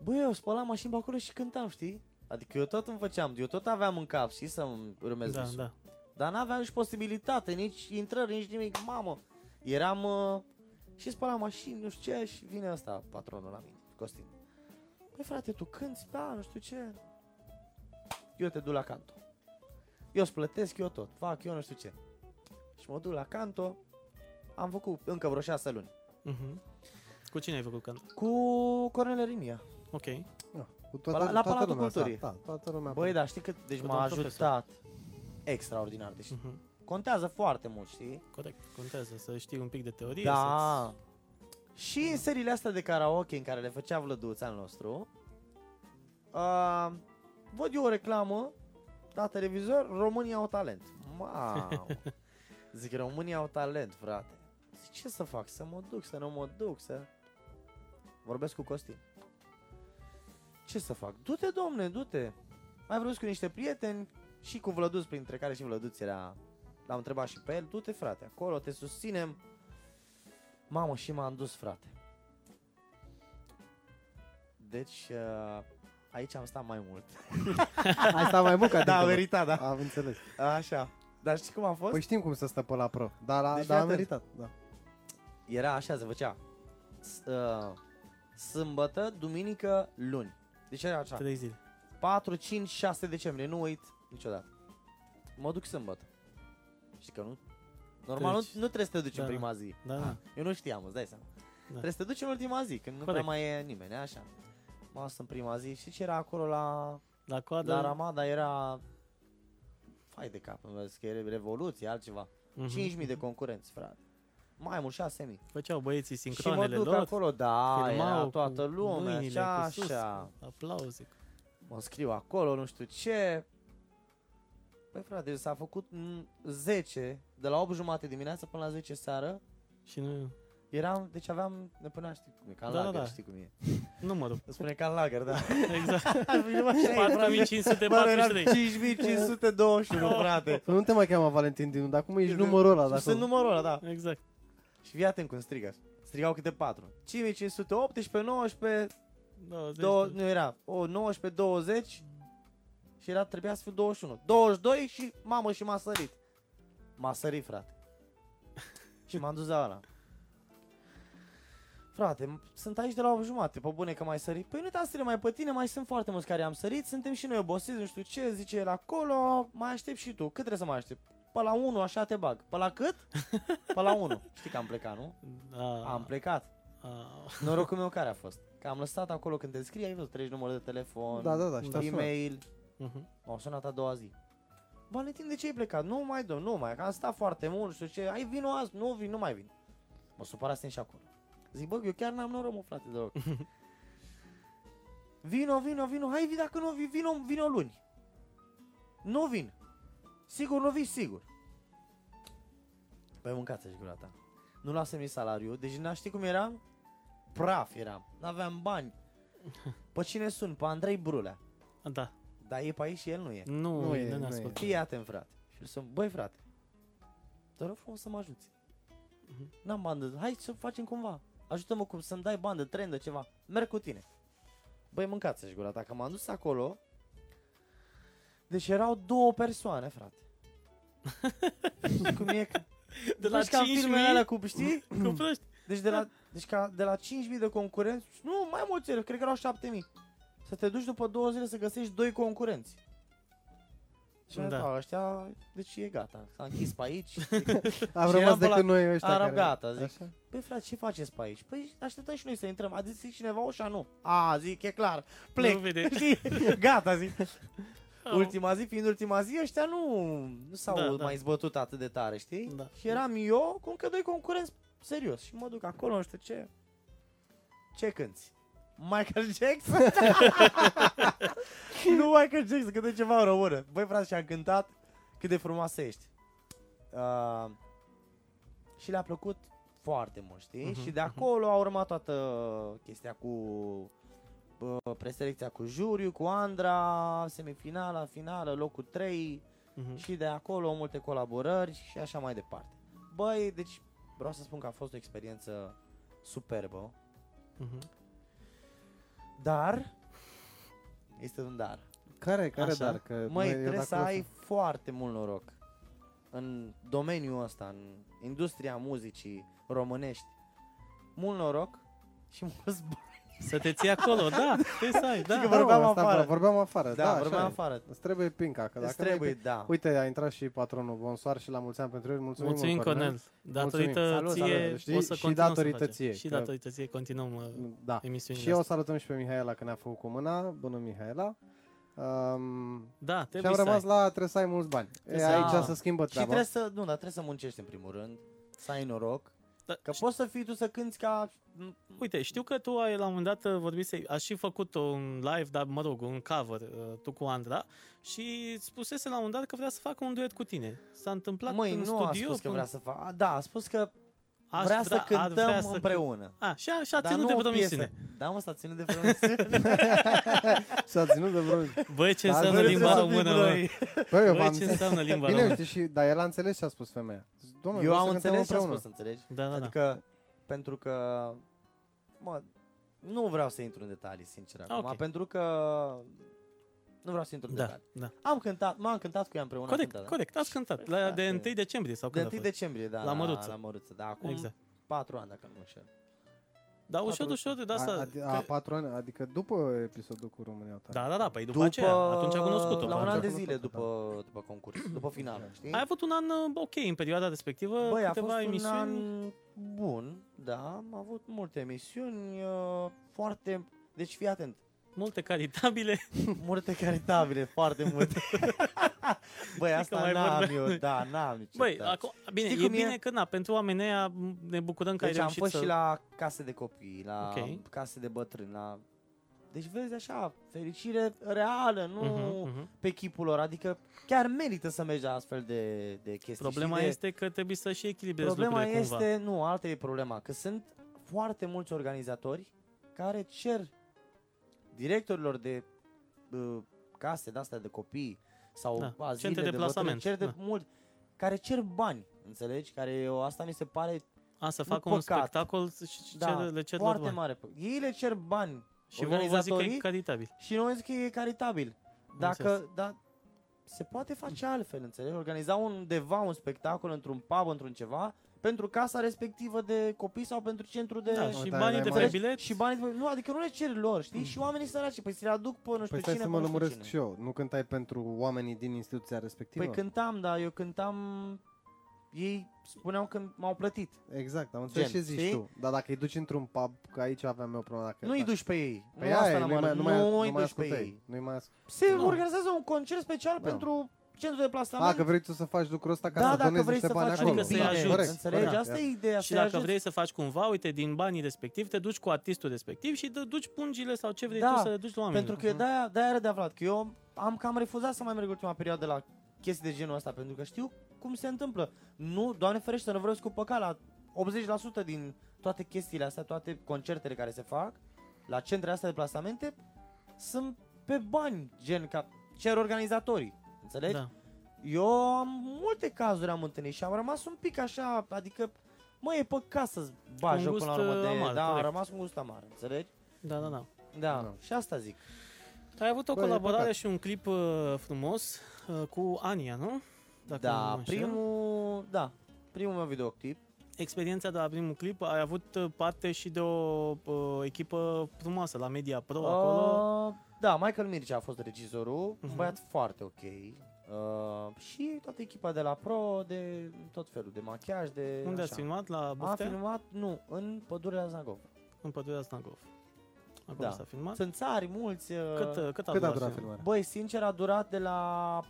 bă, eu spălam mașini pe acolo și cântam, știi? Adică eu tot îmi făceam, eu tot aveam în cap, știi, să-mi urmez
Da,
visul.
da.
Dar n-aveam nici posibilitate, nici intrări, nici nimic. Mamă, eram uh, și spălam mașini, nu știu ce, și vine ăsta patronul la mine, Costin. Păi frate, tu cânti, da, nu știu ce. Eu te duc la canto. Eu îți plătesc, eu tot, fac, eu nu știu ce. Și mă duc la canto, am făcut încă vreo șase luni.
Mhm. Cu cine ai făcut cânt?
Cu Cornel Rinia.
Ok.
Da, Cu
La- la Palatul
lumea,
Culturii.
Da, da, toată lumea.
Băi, da, știi că deci
Cu
m-a
domn profesor.
ajutat extraordinar. Deci
Mhm.
contează foarte mult, știi?
Corect. Contează să știi un pic de teorie. să-ți-
Da. Și în seriile astea de karaoke în care le făcea vlăduțanul nostru, uh, văd eu o reclamă la televizor, România au talent. Mamă! Zic, România au talent, frate. Zic, ce să fac? Să mă duc, să nu mă duc, să... Vorbesc cu Costin. Ce să fac? Du-te, domne, du-te. Mai vorbesc cu niște prieteni și cu Vlăduț, printre care și Vlăduț era... L-am întrebat și pe el, du-te, frate, acolo, te susținem. Mamă, și m-am dus, frate. Deci, uh, aici am stat mai mult.
Ai stat mai mult ca
da,
dincolo.
merita, da.
Am înțeles.
Așa. Dar știi cum a fost?
Păi știm cum să stă pe la pro, dar la,
Deci,
dar a
fii atent.
meritat. Da.
Era așa, se făcea. S- uh, sâmbătă, duminică, luni. Deci era așa.
Trei zile.
4, 5, 6 decembrie, nu uit niciodată. Mă duc sâmbătă. Știi că nu... Normal, nu,
Deci-
nu trebuie să te duci
Da,
în
da.
prima zi.
Da, da.
Eu nu știam, îți dai seama. Trebuie să te duci în ultima zi, când nu prea
Corect.
mai e nimeni, așa. M-am dus în prima zi și ce era acolo la,
La
la
coadă.
Ramada era... Fai de cap, îmi vezi că e revoluție, altceva.
Mhm.
5.000 de concurenți, frate. Mai mult, 6.000.
Făceau băieții
Și mă
sincronele
duc
lor.
acolo, da,
filmau
era
cu
toată lumea,
mâinile,
așa,
cu sus,
așa.
cu Aplauze.
mă scriu acolo, nu știu ce. Păi frate, s-a făcut mm, 10, de la 8 jumate dimineața până la 10 seară.
Și nu,
Eram, deci aveam, ne punea, știi cum e, ca în
Da, da,
lager,
da.
știi cum e. <laughs>
numărul.
Îți spune ca în lager,
<laughs>
da.
Exact.
Frate,
4500,
Bă, eram
43. <laughs>
5521,
Oh.
frate.
Să nu te mai cheamă Valentin Dinu, dar acum ești numărul ăla. Dacă...
Sunt numărul ăla, da.
Exact.
Și fii atent cum striga. Strigau câte 4. 5518, 19,
20.
Dou- nu era, o, 19, 20 și era, trebuia să fiu 21. 22 și mamă și m-a sărit. M-a sărit, frate. și m-am dus la ăla. Frate, m- sunt aici de la 8 jumate, pe bune că mai sărit. Păi nu te să mai pe tine, mai sunt foarte mulți care am sărit, suntem și noi obosiți, nu știu ce, zice el acolo, mai aștept și tu. Cât trebuie să mai aștept? Pe la 1, așa te bag. Pe la cât? Pe la 1. Știi că am plecat, nu?
Da.
Am plecat.
A,
Norocul meu care a fost? Că am lăsat acolo când te scrii, ai văzut, treci numărul de telefon,
Da, da, da, și te-a sunat.
e-mail,
mhm.
m-au sunat a doua zi. Valentin, de ce ai plecat? Nu mai dăm, nu mai, că am stat foarte mult, nu știu ce, ai vin azi, nu vin, nu mai vin. Mă supăra sunt și acolo. Zic, bă, eu chiar n-am noroc, mă, frate, deloc. vino, vino, vino, hai vin dacă nu vin, vino, vino luni. Nu vin. Sigur, nu vin, sigur. Păi mâncați și gura ta. Nu lasă mi salariu, deci n știi cum eram? Praf eram, n-aveam bani. Pe cine sun? Pe Andrei Brulea.
Da.
Dar e pe aici și el nu e.
Nu,
Nu
nu
e,
e,
nu
nu
e.
ascult.
Fii atent, frate. Și îl sun, băi, frate, te rog frumos să mă ajuți.
Mhm.
N-am bandă, hai să facem cumva. Ajută-mă cum să-mi dai bandă, tren de ceva. Merg cu tine. Băi, mâncați și gura ta, că m-am dus acolo. Deci erau două persoane,
<laughs>
frate. Știi cum e?
De la
Deci ca în
5.000?
filmele alea cu, știi?
Cu proști.
Deci de la, deci ca, de la 5.000 de concurenți, nu, mai mulți, erau, cred că erau 7.000. Să te duci după două zile să găsești doi concurenți. Și da.
Da.
da, ăștia, deci e gata. S-a închis pe aici.
<laughs>
Am rămas
Și eram pe la-
decât noi ăștia
eram
care...
gata, zic.
Așa?
Băi, Păi, frate, ce faceți pe aici? Păi, așteptăm și noi să intrăm. A zis cineva ușa? Nu. A, zic, e clar. Plec.
Nu vede.
<laughs> Știi? Gata, zic.
Au.
Ultima zi, fiind ultima zi, ăștia nu, nu s-au
Da, da.
mai zbătut atât de tare, știi?
Da.
Și eram eu cu încă doi concurenți serios și mă duc acolo, nu știu ce. Ce cânti? Michael Jackson?
<laughs>
nu Michael Jackson, că de ceva în română. Băi, frate, și-am cântat cât de frumoasă ești. Uh, și le-a plăcut foarte mult, știi?
Mhm,
și de acolo a urmat toată chestia cu uh, preselecția cu juriu, cu Andra, semifinala, finală, locul 3,
Mhm.
și de acolo multe colaborări și așa mai departe. Băi, deci vreau să spun că a fost o experiență superbă,
Mhm.
dar este un dar.
Care, care
Așa.
dar? Că
Măi,
eu
trebuie
dacă
să
o
ai foarte mult noroc în domeniul ăsta, în industria muzicii românești. Mult noroc și <laughs> mult zbor.
Să te ții acolo,
<laughs>
da, trebuie să ai,
Știi
da.
că vorbeam
mă, asta
afară.
Vorbeam afară, da,
Da,
așa
vorbeam
e.
afară.
Îți trebuie pinca, că dacă
Îți
nu ai
trebuie,
pin-
da.
Uite, a intrat și patronul Bonsoar și la mulți ani pentru el. Mulțumim, mult,
Mulțumim, Cornel. Datorită
Mulțumim.
ție,
Salut, salut, știi?
o să
Și
continuăm
datorită
să facem.
ție,
Și
că-
datorită ție continuăm uh,
Da.
emisiunile
Și eu o
astea.
salutăm și pe Mihaela că ne-a făcut cu mâna. Bună, Mihaela. Um,
Da,
și
trebuie
am
să
rămas
ai.
la trebuie să ai mulți bani. E,
să ai-
aici
Da.
să schimbă
Și
treaba.
trebuie să, nu, dar trebuie să muncești în primul rând, să ai noroc,
Da,
că poți să fii tu să cânti ca
Uite, știu că tu ai la un moment dat uh, vorbit, să- ai și făcut un live, dar mă rog, un cover, uh, tu cu Andra, și spusese la un moment dat că vrea să facă un duet cu tine. S-a întâmplat
Măi,
în
nu
studio.
a spus că
până-
vrea să facă. Da, a spus că
Aș
vrea să
ar
cântăm
vrea să-
împreună.
A, și a, și a
Dar nu
ținut de
o
promisiune.
piesă. Da, mă, s-a ținut
<laughs>
de promisiune.
S-a ținut de vreo...
Băi, ce
Dar
înseamnă
noi trebuie
limba
să
română, mă?
Băi, eu
Băi,
v-am
ce
zis.
înseamnă limba
Bine,
română?
uite, și, dar el a înțeles ce a spus femeia. Zice, Domnule,
Eu
vreau
am
să cântăm
înțeles ce a
împreună.
spus, înțelegi?
Da, da, da.
Adică, pentru că, mă, nu vreau să intru în detalii, sincer, acum,
Ok.
pentru că nu vreau să intru în
Da,
detalii.
da.
Am cântat, m-am cântat cu ea împreună. am
Corect,
cântat, da.
corect, ați cântat. La,
Da,
de
că-
1 decembrie sau când
De
a
1
fost?
decembrie, da,
La Măruță.
La Măruță, da, acum
Exact.
4 ani, dacă nu mă înșel.
Dar ușor,
patru-
ușor, de
A,
asta...
a, a, patru ani, adică după episodul cu România ta.
Da, da, da, păi după, aceea, atunci a cunoscut-o. da.
La un
probabil.
an de
Atunci a
zile
cunoscut-o,
după, după concurs, după final, știi?
Ai avut un an uh, ok în perioada respectivă,
Băi, a
câteva
fost
emisiuni.
un an bun, da, am avut multe emisiuni, uh, foarte, deci fii
<laughs>
atent,
multe
<laughs>
caritabile.
multe caritabile, foarte
<laughs>
multe. Băi,
că
asta
mai
n-am
vorbeam
eu,
noi.
da, n-am nicio
Băi,
treabă.
acum, bine,
Știi
e
cum e?
bine că na, pentru oamenii aia m, ne bucurăm că
Deci
ai
am
reușit
fost
să...
și la case de copii, la
Ok.
case de bătrâni, la... Deci vezi așa, fericire reală, nu
Mhm, mhm.
pe chipul lor, adică chiar merită să mergi la astfel de, de chestii.
Problema
știi, de-
este că trebuie să și echilibrezi
Problema
lucrurile cumva.
este, nu, alta e problema, că sunt foarte mulți organizatori care cer directorilor de uh, case de astea de copii sau
Da,
da, azile
centre de
de,
plasament,
bătrâni, cer de
da.
mult, care cer bani, înțelegi? Care eu, asta mi se pare
A, să
nu
facă un
păcat.
spectacol și și
da,
cer- le cer lor
foarte
bani.
mare. Ei le cer bani
Și vă vă zic că e caritabil.
și noi zic că e caritabil.
Înțeles.
Dacă, da, se poate face altfel, înțelegi? Organiza undeva un spectacol într-un pub, într-un ceva, pentru casa respectivă de copii sau pentru centru de...
Da,
mă,
și
dar
banii de pe
mai mult-
înțelegi?
bilet.
Și banii, de- nu, adică nu le ceri lor, știi? Și oamenii săraci, păi se le aduc pe nu știu
Mm. Păi
cine,
stai să
pe
mă
nu știu
lămuresc
cine.
și eu. Nu cântai pentru oamenii din instituția respectivă?
Păi cântam, da, eu cântam... Ei spuneau că m-au plătit.
Exact, am înțeles
Gen,
ce zici
știi?
tu. Dar dacă îi duci într-un pub, că aici aveam eu problema. Dacă,
Nu-i
dacă-
duci pe ei.
Păi aia
nu
e,
asta
nu-i mai,
nu,
nu mai,
nu
nu
îi
mai
duci pe
ascultai,
ei.
Nu-i mai ascultai.
Se
Nu.
organizează un concert special
Da.
pentru centru de plasament.
A, că vrei tu să faci lucrul ăsta ca
da,
să
dacă
donezi
vrei
niște
să
bani
faci
acolo.
Adică să-i
bine,
ajuți,
Corect,
înțelegi?
corect,
Asta e ideea,
Și
să-i
dacă
ajuți.
vrei să faci cumva, uite, din banii respectivi, te duci cu artistul respectiv și dă- duci pungile sau ce vrei
Da,
tu să le duci la oameni. da.
Pentru că eu de-aia, de-aia era de aflat, că eu am cam refuzat să mai merg ultima perioadă la chestii de genul ăsta, pentru că știu cum se întâmplă. Nu, Doamne ferește, să nu vreau să scupăca la 80% din toate chestiile astea, toate concertele care se fac, la centrele astea de plasamente, sunt pe bani, gen ca cer organizatorii, înțelegi?
Da.
Eu am multe cazuri am întâlnit și am rămas un pic așa, adică, mă, e păcat să-ți bagi
Un
jocul la
gust,
urmă de...
amar,
da, am
corect.
rămas un gust amar, înțelegi?
Da, da, da.
Da,
Da.
și asta zic.
Ai avut o
Bă, e
colaborare
păcat.
și un clip uh, frumos uh, cu Ania, nu? Dacă nu mă
da,
înșel.
primul, da, primul meu videoclip.
Experiența de la primul clip, ai avut uh, parte și de o uh, echipă frumoasă la
Oh,
Media Pro acolo.
Uh, da, Michael Mircea a fost regizorul, un
Mhm.
băiat foarte ok. Uh, și toată echipa de la Pro, de tot felul, de machiaj, de
Unde
așa.
ați filmat? La
Am
Buftea?
filmat, nu, în pădurea Znagov.
În pădurea Snagov. Acolo
Da.
s-a filmat.
Sunt țari mulți. uh,
Cât, uh, cât a
Cât a
durat
durat
filmul?
filmarea?
Băi, sincer, a durat de la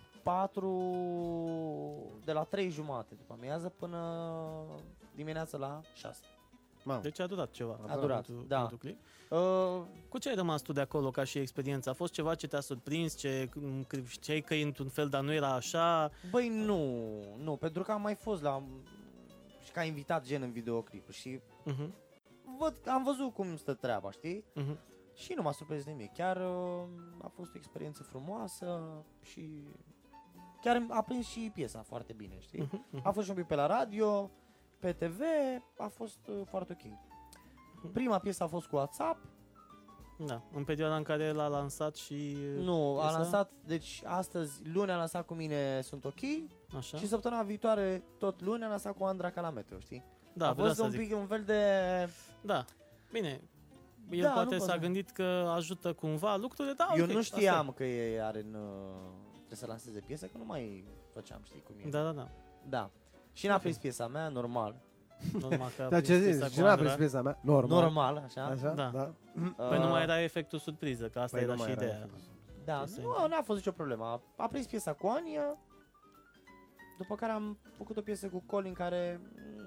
4, de la 3 jumate după amiază până dimineața la 6.
Mamă.
Deci a durat ceva.
A durat,
pentru,
da.
Pentru clip.
Uh,
Cu ce ai rămas tu de acolo ca și experiență? A fost ceva ce te-a surprins, ce m, cre- știai că e într-un fel, dar nu era așa?
băi, nu, nu, pentru că am mai fost la, și ca invitat gen în videoclip și
Uh-huh,
Mhm, văd, am văzut cum stă treaba, știi?
uh-huh.
Și nu m-a surprins nimic. Chiar uh, a fost o experiență frumoasă și chiar a prins și piesa foarte bine, știi?
Mhm,
A fost și un pic pe la radio, pe TV, a fost uh, foarte ok.
Mhm.
Prima piesă a fost cu WhatsApp,
Da, în perioada în care l-a lansat și...
nu, a
piesa?
lansat, deci astăzi, luni a lansat cu mine Sunt Ok
Așa?
și săptămâna viitoare, tot luni, a lansat cu Andra Calameteo, știi?
da,
a
vreau
fost
să
un
zic.
pic un fel de...
Da, bine. El
Da,
poate
nu pot
s-a
să-
gândit că ajută cumva lucrurile, da,
Eu
ok,
nu
asta e.
știam că e are în... uh, Trebuie să lanseze piesă, că nu mai făceam, știi, cum e.
Da, da, da.
Da. Și n-a prins piesa mea, normal.
Normal
<laughs>
că a
Dar ce
prins
zici?
piesa cu
Și n-a
Andra.
prins piesa mea? Normal.
da. Normal, așa.
Așa?
Da.
da.
Păi nu
Uh,
mai era efectul surpriză, că asta
Păi
era
nu
și
mai era
ideea.
efectul
Da,
Ce să
nu, n-a fost nicio problemă. A, a prins piesa cu Ania, după care am făcut o piesă cu Colin care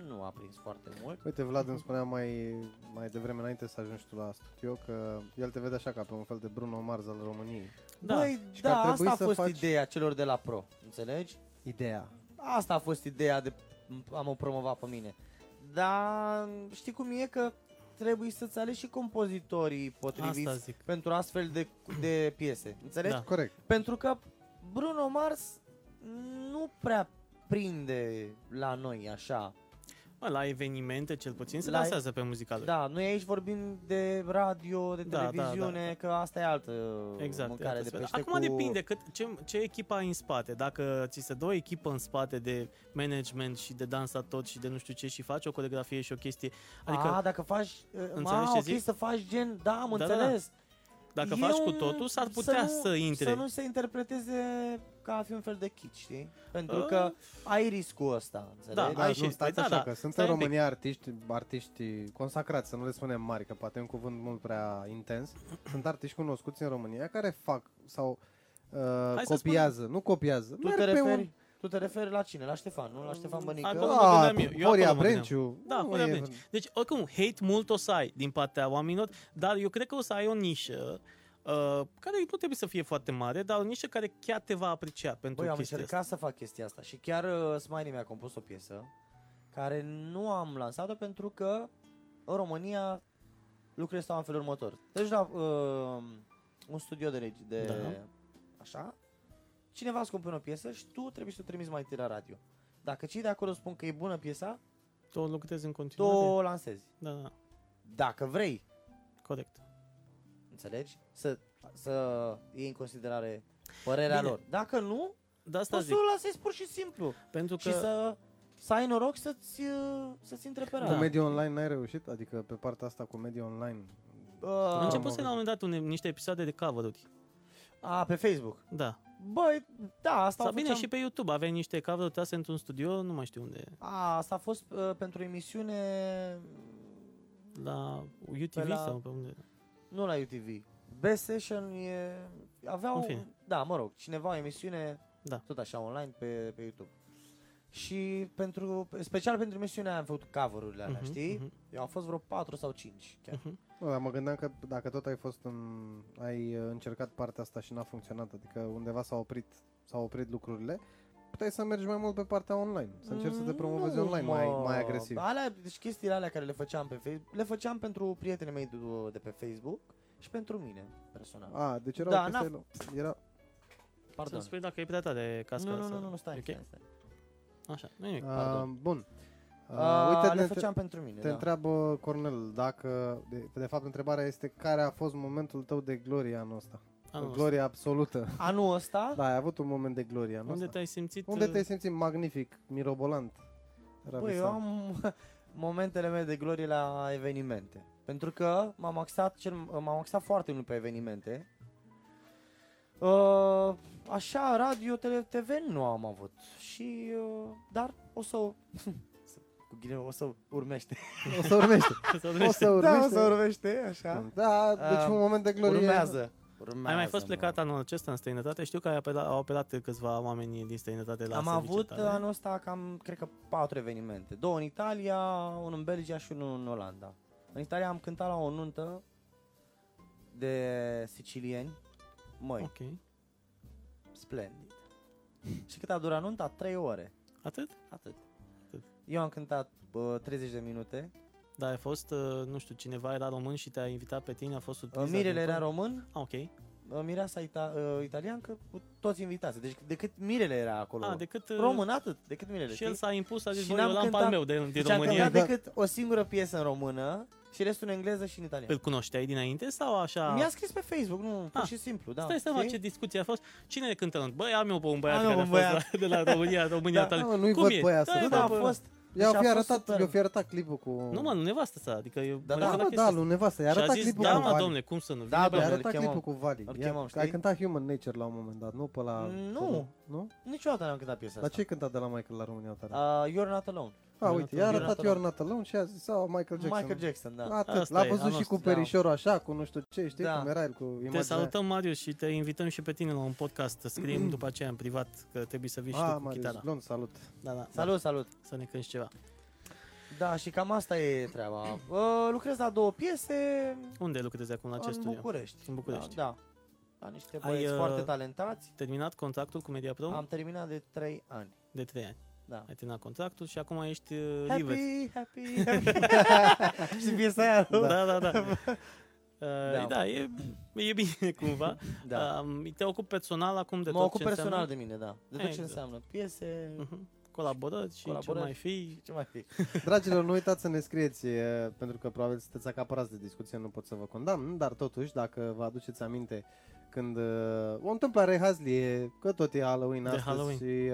nu a prins foarte mult.
Uite, Vlad îmi spunea mai, mai devreme înainte să ajungi tu la studio că el te vede așa ca pe un fel de Bruno Mars al României.
Da,
Băi,
Și că
da,
ar trebui
asta a
să
fost
faci-
ideea celor de la Pro, înțelegi?
Ideea.
Asta a fost ideea de a mă promova pe mine. Dar știi cum e că trebuie să-ți alegi și compozitorii potriviți
Asta zic.
pentru astfel de, de piese, înțelegi?
Da.
Corect.
Pentru că Bruno Mars nu prea prinde la noi așa.
Mă, la evenimente cel puțin se
La-
lansează pe muzica lui.
Da, noi aici vorbim de radio, de
Da, da,
televiziune,
da, da.
că asta e altă
Exact.
mâncare
iată,
de
spune.
pește
Acum
cu...
depinde cât, ce, ce echipă ai în spate. Dacă ți se dă o echipă în spate de management și de dansat tot și de nu știu ce și faci o coregrafie și o chestie. Adică
Adică, A, dacă faci,
Înțelegi
ma,
ce
ok,
zic?
să faci gen, da, am
Da, da, da.
înțeles.
dacă
E
faci cu
un-
totul, s-ar putea să,
nu,
intre.
Să nu se interpreteze ca a fi un fel de kitsch, știi? Pentru
Ah.
că ai riscul ăsta, înțelegi?
Da, ai
Da,
și-
nu, stați
da,
așa
da,
că sunt
stai
în
un pic.
România artiști, artiști consacrați, să nu le spunem mari, că poate e un cuvânt mult prea intens. Sunt artiști cunoscuți în România care fac sau uh,
Hai să
copiază, nu copiază.
Tu
merg
te
pe
referi... Tu te referi la cine? La Ștefan, nu? La Ștefan Bănică?
Un...
Acolo- mă
Ah,
gândeam eu, eu
Horia
acolo mă gândeam.
Brenciu.
Da,
Nu
fără
e-
plângi. Deci, oricum, hate mult o să ai din partea oamenilor, dar eu cred că o să ai o nișă uh, care nu trebuie să fie foarte mare, dar o nișă care chiar te va aprecia pentru
Băi, am
chestia
încercat să fac chestia asta și chiar uh, Smiley mi-a compus o piesă care nu am lansat-o pentru că în România lucrurile stau în felul următor. Deci la uh, un studio de, regi- de
Da.
așa, cineva îți compune o piesă și tu trebuie să o trimiți mai întâi la radio. Dacă cei de acolo spun că e bună piesa,
asta. Tu o lucrezi în
tu
continuare.
o lansezi.
Da, da,
Dacă vrei,
corect.
înțelegi? Să, să iei în considerare părerea
Bine.
lor. Dacă nu,
De asta
poți
zic,
să o lansezi pur și simplu.
pentru că...
Și să, să ai noroc să-ți, uh, să-ți intre pe
Da.
Cu
radar.
mediul online n-ai reușit? Adică pe partea asta cu mediul online?
Am
Uh,
început
am
să la un moment dat une, niște episoade de cover-uri.
A, pe Facebook.
Da.
Băi, da, asta
Sau
o
bine
făceam-
și pe YouTube. Aveai niște cover-uri trase într-un studio, nu mai știu unde.
A, asta a fost uh, pentru emisiune...
La UTV
Pe la-
sau pe unde.
Nu la UTV. Best Session e... Aveau...
În fine.
Da, mă rog, cineva o emisiune...
Da.
Tot așa, online, pe, pe YouTube. Și pentru, special pentru emisiunea aia am făcut cover-urile alea,
Mhm,
da, știi?
mhm.
Eu am fost vreo 4 sau 5 chiar.
Nu, dar mă gândeam că dacă tot ai fost în... ai uh, încercat partea asta și n-a funcționat, adică undeva s-au oprit, s-au oprit lucrurile, puteai să mergi mai mult pe partea online, să încerci să te promovezi
Mm, Nu,
online mai, mai agresiv.
Alea, deci chestiile alea care le făceam pe Facebook, le făceam pentru prietenii mei de, de pe Facebook și pentru mine personal. A,
A, deci era
Da,
o
n-a-
chestie lo- era...
Pardon.
Să-mi spui dacă e prea tare casca
nu, nu,
sau-
nu, nu, stai,
e ok?
stai, stai.
Așa, nu nimic.
A,
Eh, pardon.
Ah, bun. A,
A,
Uh, uite,
Uh, le
ne, te,
făceam pentru mine,
te
da.
întreabă Cornel dacă, de, de fapt întrebarea este care a fost momentul tău de glorie anul ăsta?
Anul ăsta.
glorie absolută.
Anul ăsta,
Da, ai avut un moment de glorie anul
Unde
ăsta.
te-ai simțit?
Unde
uh, <laughs>
te-ai simțit magnific, mirobolant?
băi,
ravisant?
Păi, eu am <laughs> momentele mele de glorie la evenimente. Pentru că m-am axat, cel, m-am axat foarte mult pe evenimente. Uh, Așa, radio, tele- TV nu am avut. Și, uh, dar o să, o <laughs> să- cu ghine, o să urmește.
O să urmește. O să urmește.
Da, o să urmește, așa.
Da, deci
Ah,
un moment de glorie.
Urmează. urmează
Ai mai fost
mă.
plecat anul acesta în străinătate? Știu că ai apelat, au apelat câțiva oameni din străinătate la
Am
serviciul
avut
tale.
anul ăsta cam, cred că, patru evenimente. Două în Italia, unul în Belgia și unul în Olanda. În Italia am cântat la o nuntă de sicilieni. Măi,
Ok.
splendid. Și cât a durat nunta? Trei ore.
Atât?
Atât.
Atât.
Eu am cântat bă, 30 de minute.
Dar a fost, uh, nu știu, cineva era român și te-a invitat pe tine, a fost surpriză.
Mirele
din
era
tot?
român,
Ah, ok.
uh, mireasa ita- uh, italiancă, cu toți invitați. Deci decât Mirele era acolo.
Ah, decât, uh,
Român, atât, decât Mirele.
Și el
știi?
s-a impus, a zis,
Și
băi,
n-am
eu l-am pe al
cântat-
meu de, din
Deci am
România.
cântat
Da.
decât o singură piesă în română și restul în engleză și în italiană.
Îl cunoșteai dinainte sau așa?
Mi-a scris pe Facebook, nu, pur
Da. Ah.
și simplu, da.
Stai seama
știi?
ce discuție a fost. Cine ne cântă în... Băi, am eu pe un băiat
Am
care
eu
a
un
fost la,
băiat. <laughs>
de la România, România
Da.
tale.
Mamă, nu-i
Cum
văd
e?
pe aia să
Da,
Nu,
e,
văd.
da, a
bă.
fost...
Eu
Deci
Și
fi
a fost
arătat,
superb.
eu fi arătat clipul cu... Da,
Nu mă, nu nevastă sa, adică eu
Da,
mă
da,
refer la
mă,
chestia
da,
asta.
lui nevastă, i-a
Și a
arătat
zis,
clipul
da,
cu
mă,
Vali.
domnule, cum să nu?
Da,
Vine,
domnule,
I-a
bă,
îl
arătat
chemam.
clipul cu Vali.
Îl
I-a-
chemam, știi?
Ai cântat Human Nature la un moment dat, nu pe la...
Nu.
Nu?
Niciodată n-am cântat piesa
Dar ce
asta.
ai cântat de la Michael la România tare?
Da,
Uh, You're Not Alone.
A,
You're
uite,
Not
i-a
Alone.
arătat
You're
You're Not Alone și a zis, oh, Michael Jackson.
Michael Jackson, da.
Atât,
Asta
l-a
e,
văzut
al
și
nostru,
cu
da.
perișorul așa, cu nu știu ce, știi
Da.
cum era el cu imaginea.
Te salutăm, Marius, și te invităm și pe tine la un podcast. Să scriem după aceea în privat că trebuie să vii și
Mm. Ah,
tu cu
Marius,
chitara.
blond, salut.
Da, da, da,
Salut, salut.
să ne cânti ceva.
Da, și cam asta e treaba. Uh, lucrez la două piese
Unde lucrezi acum la acest
în
studio?
București.
În București.
Da, da. La niște
Ai,
băieți
uh,
foarte talentați.
Terminat contractul cu MediaPro
Am terminat de trei ani.
de 3 ani.
Da.
Ai terminat contractul și acum ești uh, liber.
Happy, happy, happy.
<laughs>
și piesa aia, nu?
Da, da,
<laughs>
da. Uh,
Da.
da, e, e bine <laughs> cumva.
da.
Um, te ocup personal acum de
mă
tot
ocup
ce
personal
înseamnă?
de mine, da. De tot ce
Exact.
înseamnă
<laughs>
piese,
Mhm. Colaborări și
Colaborări.
ce mai fi.
ce mai fi.
Dragilor, nu uitați să ne scrieți, e, pentru că probabil sunteți acaparați de discuție, nu pot să vă condamn, dar totuși, dacă vă aduceți aminte când e, o întâmplare hazlie, că tot e Halloween
De
astăzi
Halloween.
și e,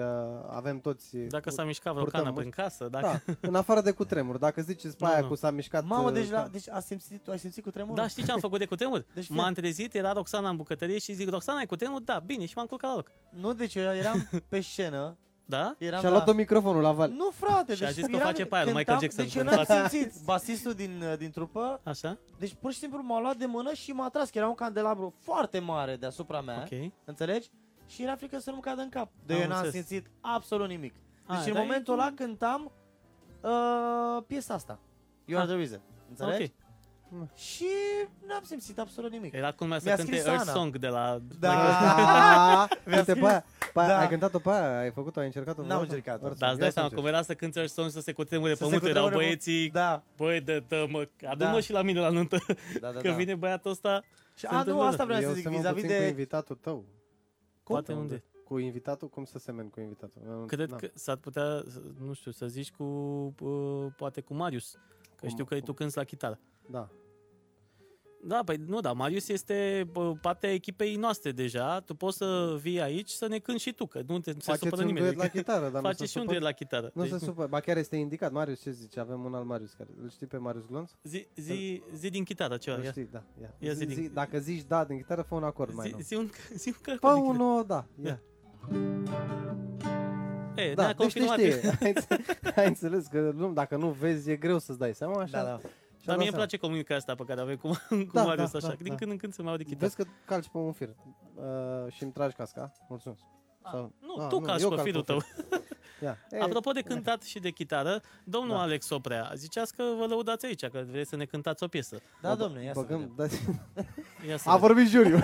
avem toți...
Dacă s-a mișcat vreo
purtăm
cană
mult.
prin casă, dacă...
da, în afară de cutremur, dacă ziceți pe
Nu,
aia
nu.
cu s-a mișcat...
Mamă,
e, da."
deci, la,
ca-
deci a simțit, tu ai simțit cu tremurul?
Da, știi ce am făcut de cutremur?
<laughs> Deci, fii-
m-am trezit, era Roxana în bucătărie și zic, Roxana, ai cutremur? Da, bine, și m-am culcat la loc.
Nu, deci eu
<laughs>
eram pe scenă,
Da?
eram
Și-a
la...
luat tot microfonul la
<laughs>
val.
Nu, frate,
Și
deci
a zis că
eram-
face pe aia lui Michael Jackson,
Deci
cum
eu n-am
face.
simțit basistul din, din trupă,
Așa?
deci pur și simplu m-a luat de mână și m-a tras, că era un candelabru foarte mare deasupra mea,
Ok.
înțelegi? Și era frică să nu-mi cadă în cap, de
Am
eu n-am
înțeles.
simțit absolut nimic. Deci
Ah,
în
dar e
momentul
cum-
ăla cântam uh, piesa asta, You Are
Ah.
The Reason, înțelegi?
Ok.
Și n-am simțit absolut nimic.
Era culmea să
Mi-a
cânte
scris
Earth
Ana.
Song de la...
Da, <laughs> uite,
scris.
pe aia, pe aia,
Da.
ai cântat-o pe aia, ai făcut-o, ai încercat-o?
N-am
vreodată?
încercat-o.
Oricum,
Dar Da, îți
ia
dai
să
seama,
încerci.
cum era să cânte Earth Song să se cutremure
Să se
pământul, erau
cutremure
băieții...
Da,
Băi, dă mă, adu-mă
Da.
și la mine la nuntă,
da, da.
că
da.
vine băiatul ăsta,
Și,
se
a, nu,
întâmplă.
asta vreau să
Eu
zic,
semăn
vis-a-vis
puțin cu
de...
invitatul tău.
poate unde.
Cu invitatul? Cum să semeni cu invitatul? Nu-
Cred
n-am.
că s-ar putea, nu știu, să zici cu, uh, poate cu Marius, că
Cum-
știu că
cum-
tu cânti la chitară.
Da.
Da, păi nu, da, Marius este bă, partea echipei noastre deja, tu poți să vii aici să ne cânti și tu, că nu te nu se
Faceți
supără
un
nimeni.
duet la chitară, dar nu se
Faceți și un
supă...
duet la chitară.
Nu
Deci,
se supă, ba chiar este indicat. Marius, ce zici? Avem un al Marius care... Îl știi pe Marius Glonț?
zi, zi, zi din chitară ceva,
Îl
ia.
știi, da. Ia.
Ia zi
zi,
din-
zi, dacă zici da din chitară, fă un acord mai
Zi,
nou.
zi, adică un, <laughs> zi un cărăcul
Fă
de
un
chitară.
nou, da. Ia.
Ia. E,
Da,
ne-a
deci te
Eh, confirmat. <laughs>
știe. <laughs> Ai înțe- Ai înțeles că nu, dacă nu vezi, e greu să-ți dai seama, așa.
Da, da.
Și-a
Dar
dat
mie îmi
seama.
place comunicarea asta pe care avem cu, cu
Da,
Marius,
da,
așa,
da,
că din
da.
când în când se mai aude chitară.
Vezi că calci pe un fir uh, și îmi tragi casca. Mulțumesc. Sau-
Nu,
Ah,
tu
nu,
calci
eu
pe
calc pe
firul tău. <laughs>
Ia. Ei,
Apropo de cântat și de chitară, domnul
Da.
Alex Oprea, ziceați că vă lăudați aici, că vreți să ne cântați o piesă.
Da, domne, ia să
băgăm-
vedem.
dați-
Ia să
<laughs> A
vedem.
vorbit juriu.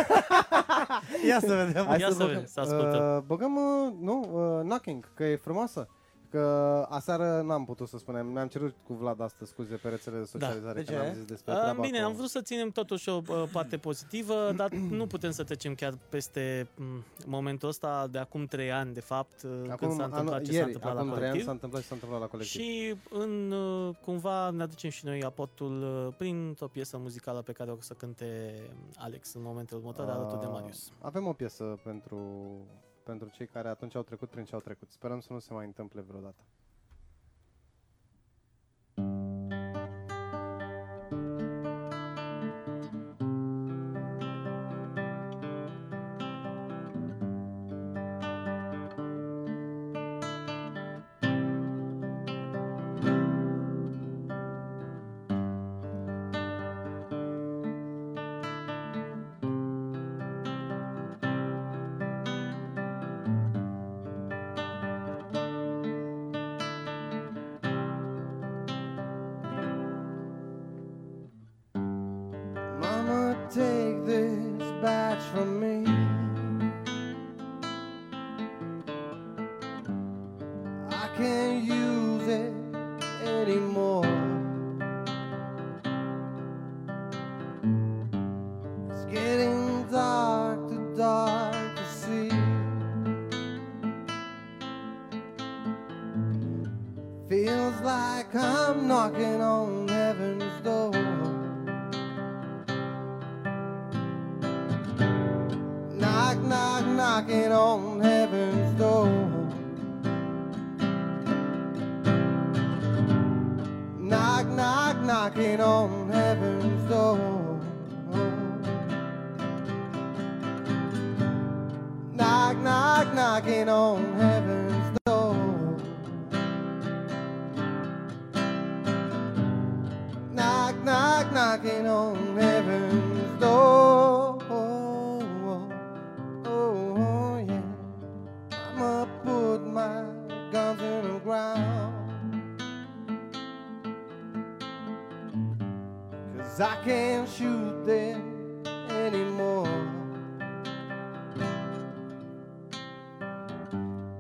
Ia să
<laughs>
vedem.
Hai. Ia să vedem, să ascultăm.
Uh, băgăm, uh, nu, uh, Knocking, că e frumoasă. Că aseară n-am putut să spunem, ne-am cerut cu Vlad astăzi scuze pe
Da.
rețelele de socializare
De
că
ce?
n-am zis despre
A,
treaba
Uh, Bine,
cu-
am vrut să ținem totuși o bă, parte pozitivă,
<clears throat>
dar nu putem să trecem chiar peste m, momentul ăsta de acum trei ani, de fapt, uh, când s-a întâmplat
anul-
ce s-a
ieri,
întâmplat
acum
la
trei ani
colectiv.
s-a întâmplat și s-a întâmplat la colectiv.
Și în, uh, cumva ne aducem și noi aportul uh, printr-o piesă muzicală pe care o să cânte Alex în momentul următor
Uh,
alături de Marius.
Avem o piesă pentru, pentru cei care atunci au trecut prin ce au trecut. Sperăm să nu se mai întâmple vreodată. Take this batch from me. I can't use it anymore. It's getting dark, too dark to see. Feels like I'm knocking on heaven's door. Knock, knock, knocking on heaven's door. Knock, knock, knocking on heaven's door. Knock, knock, knocking on heaven's door. Knock, knock, knocking on heaven's door. Oh, yeah. I'ma put my guns in the ground. Cause I can't shoot them anymore.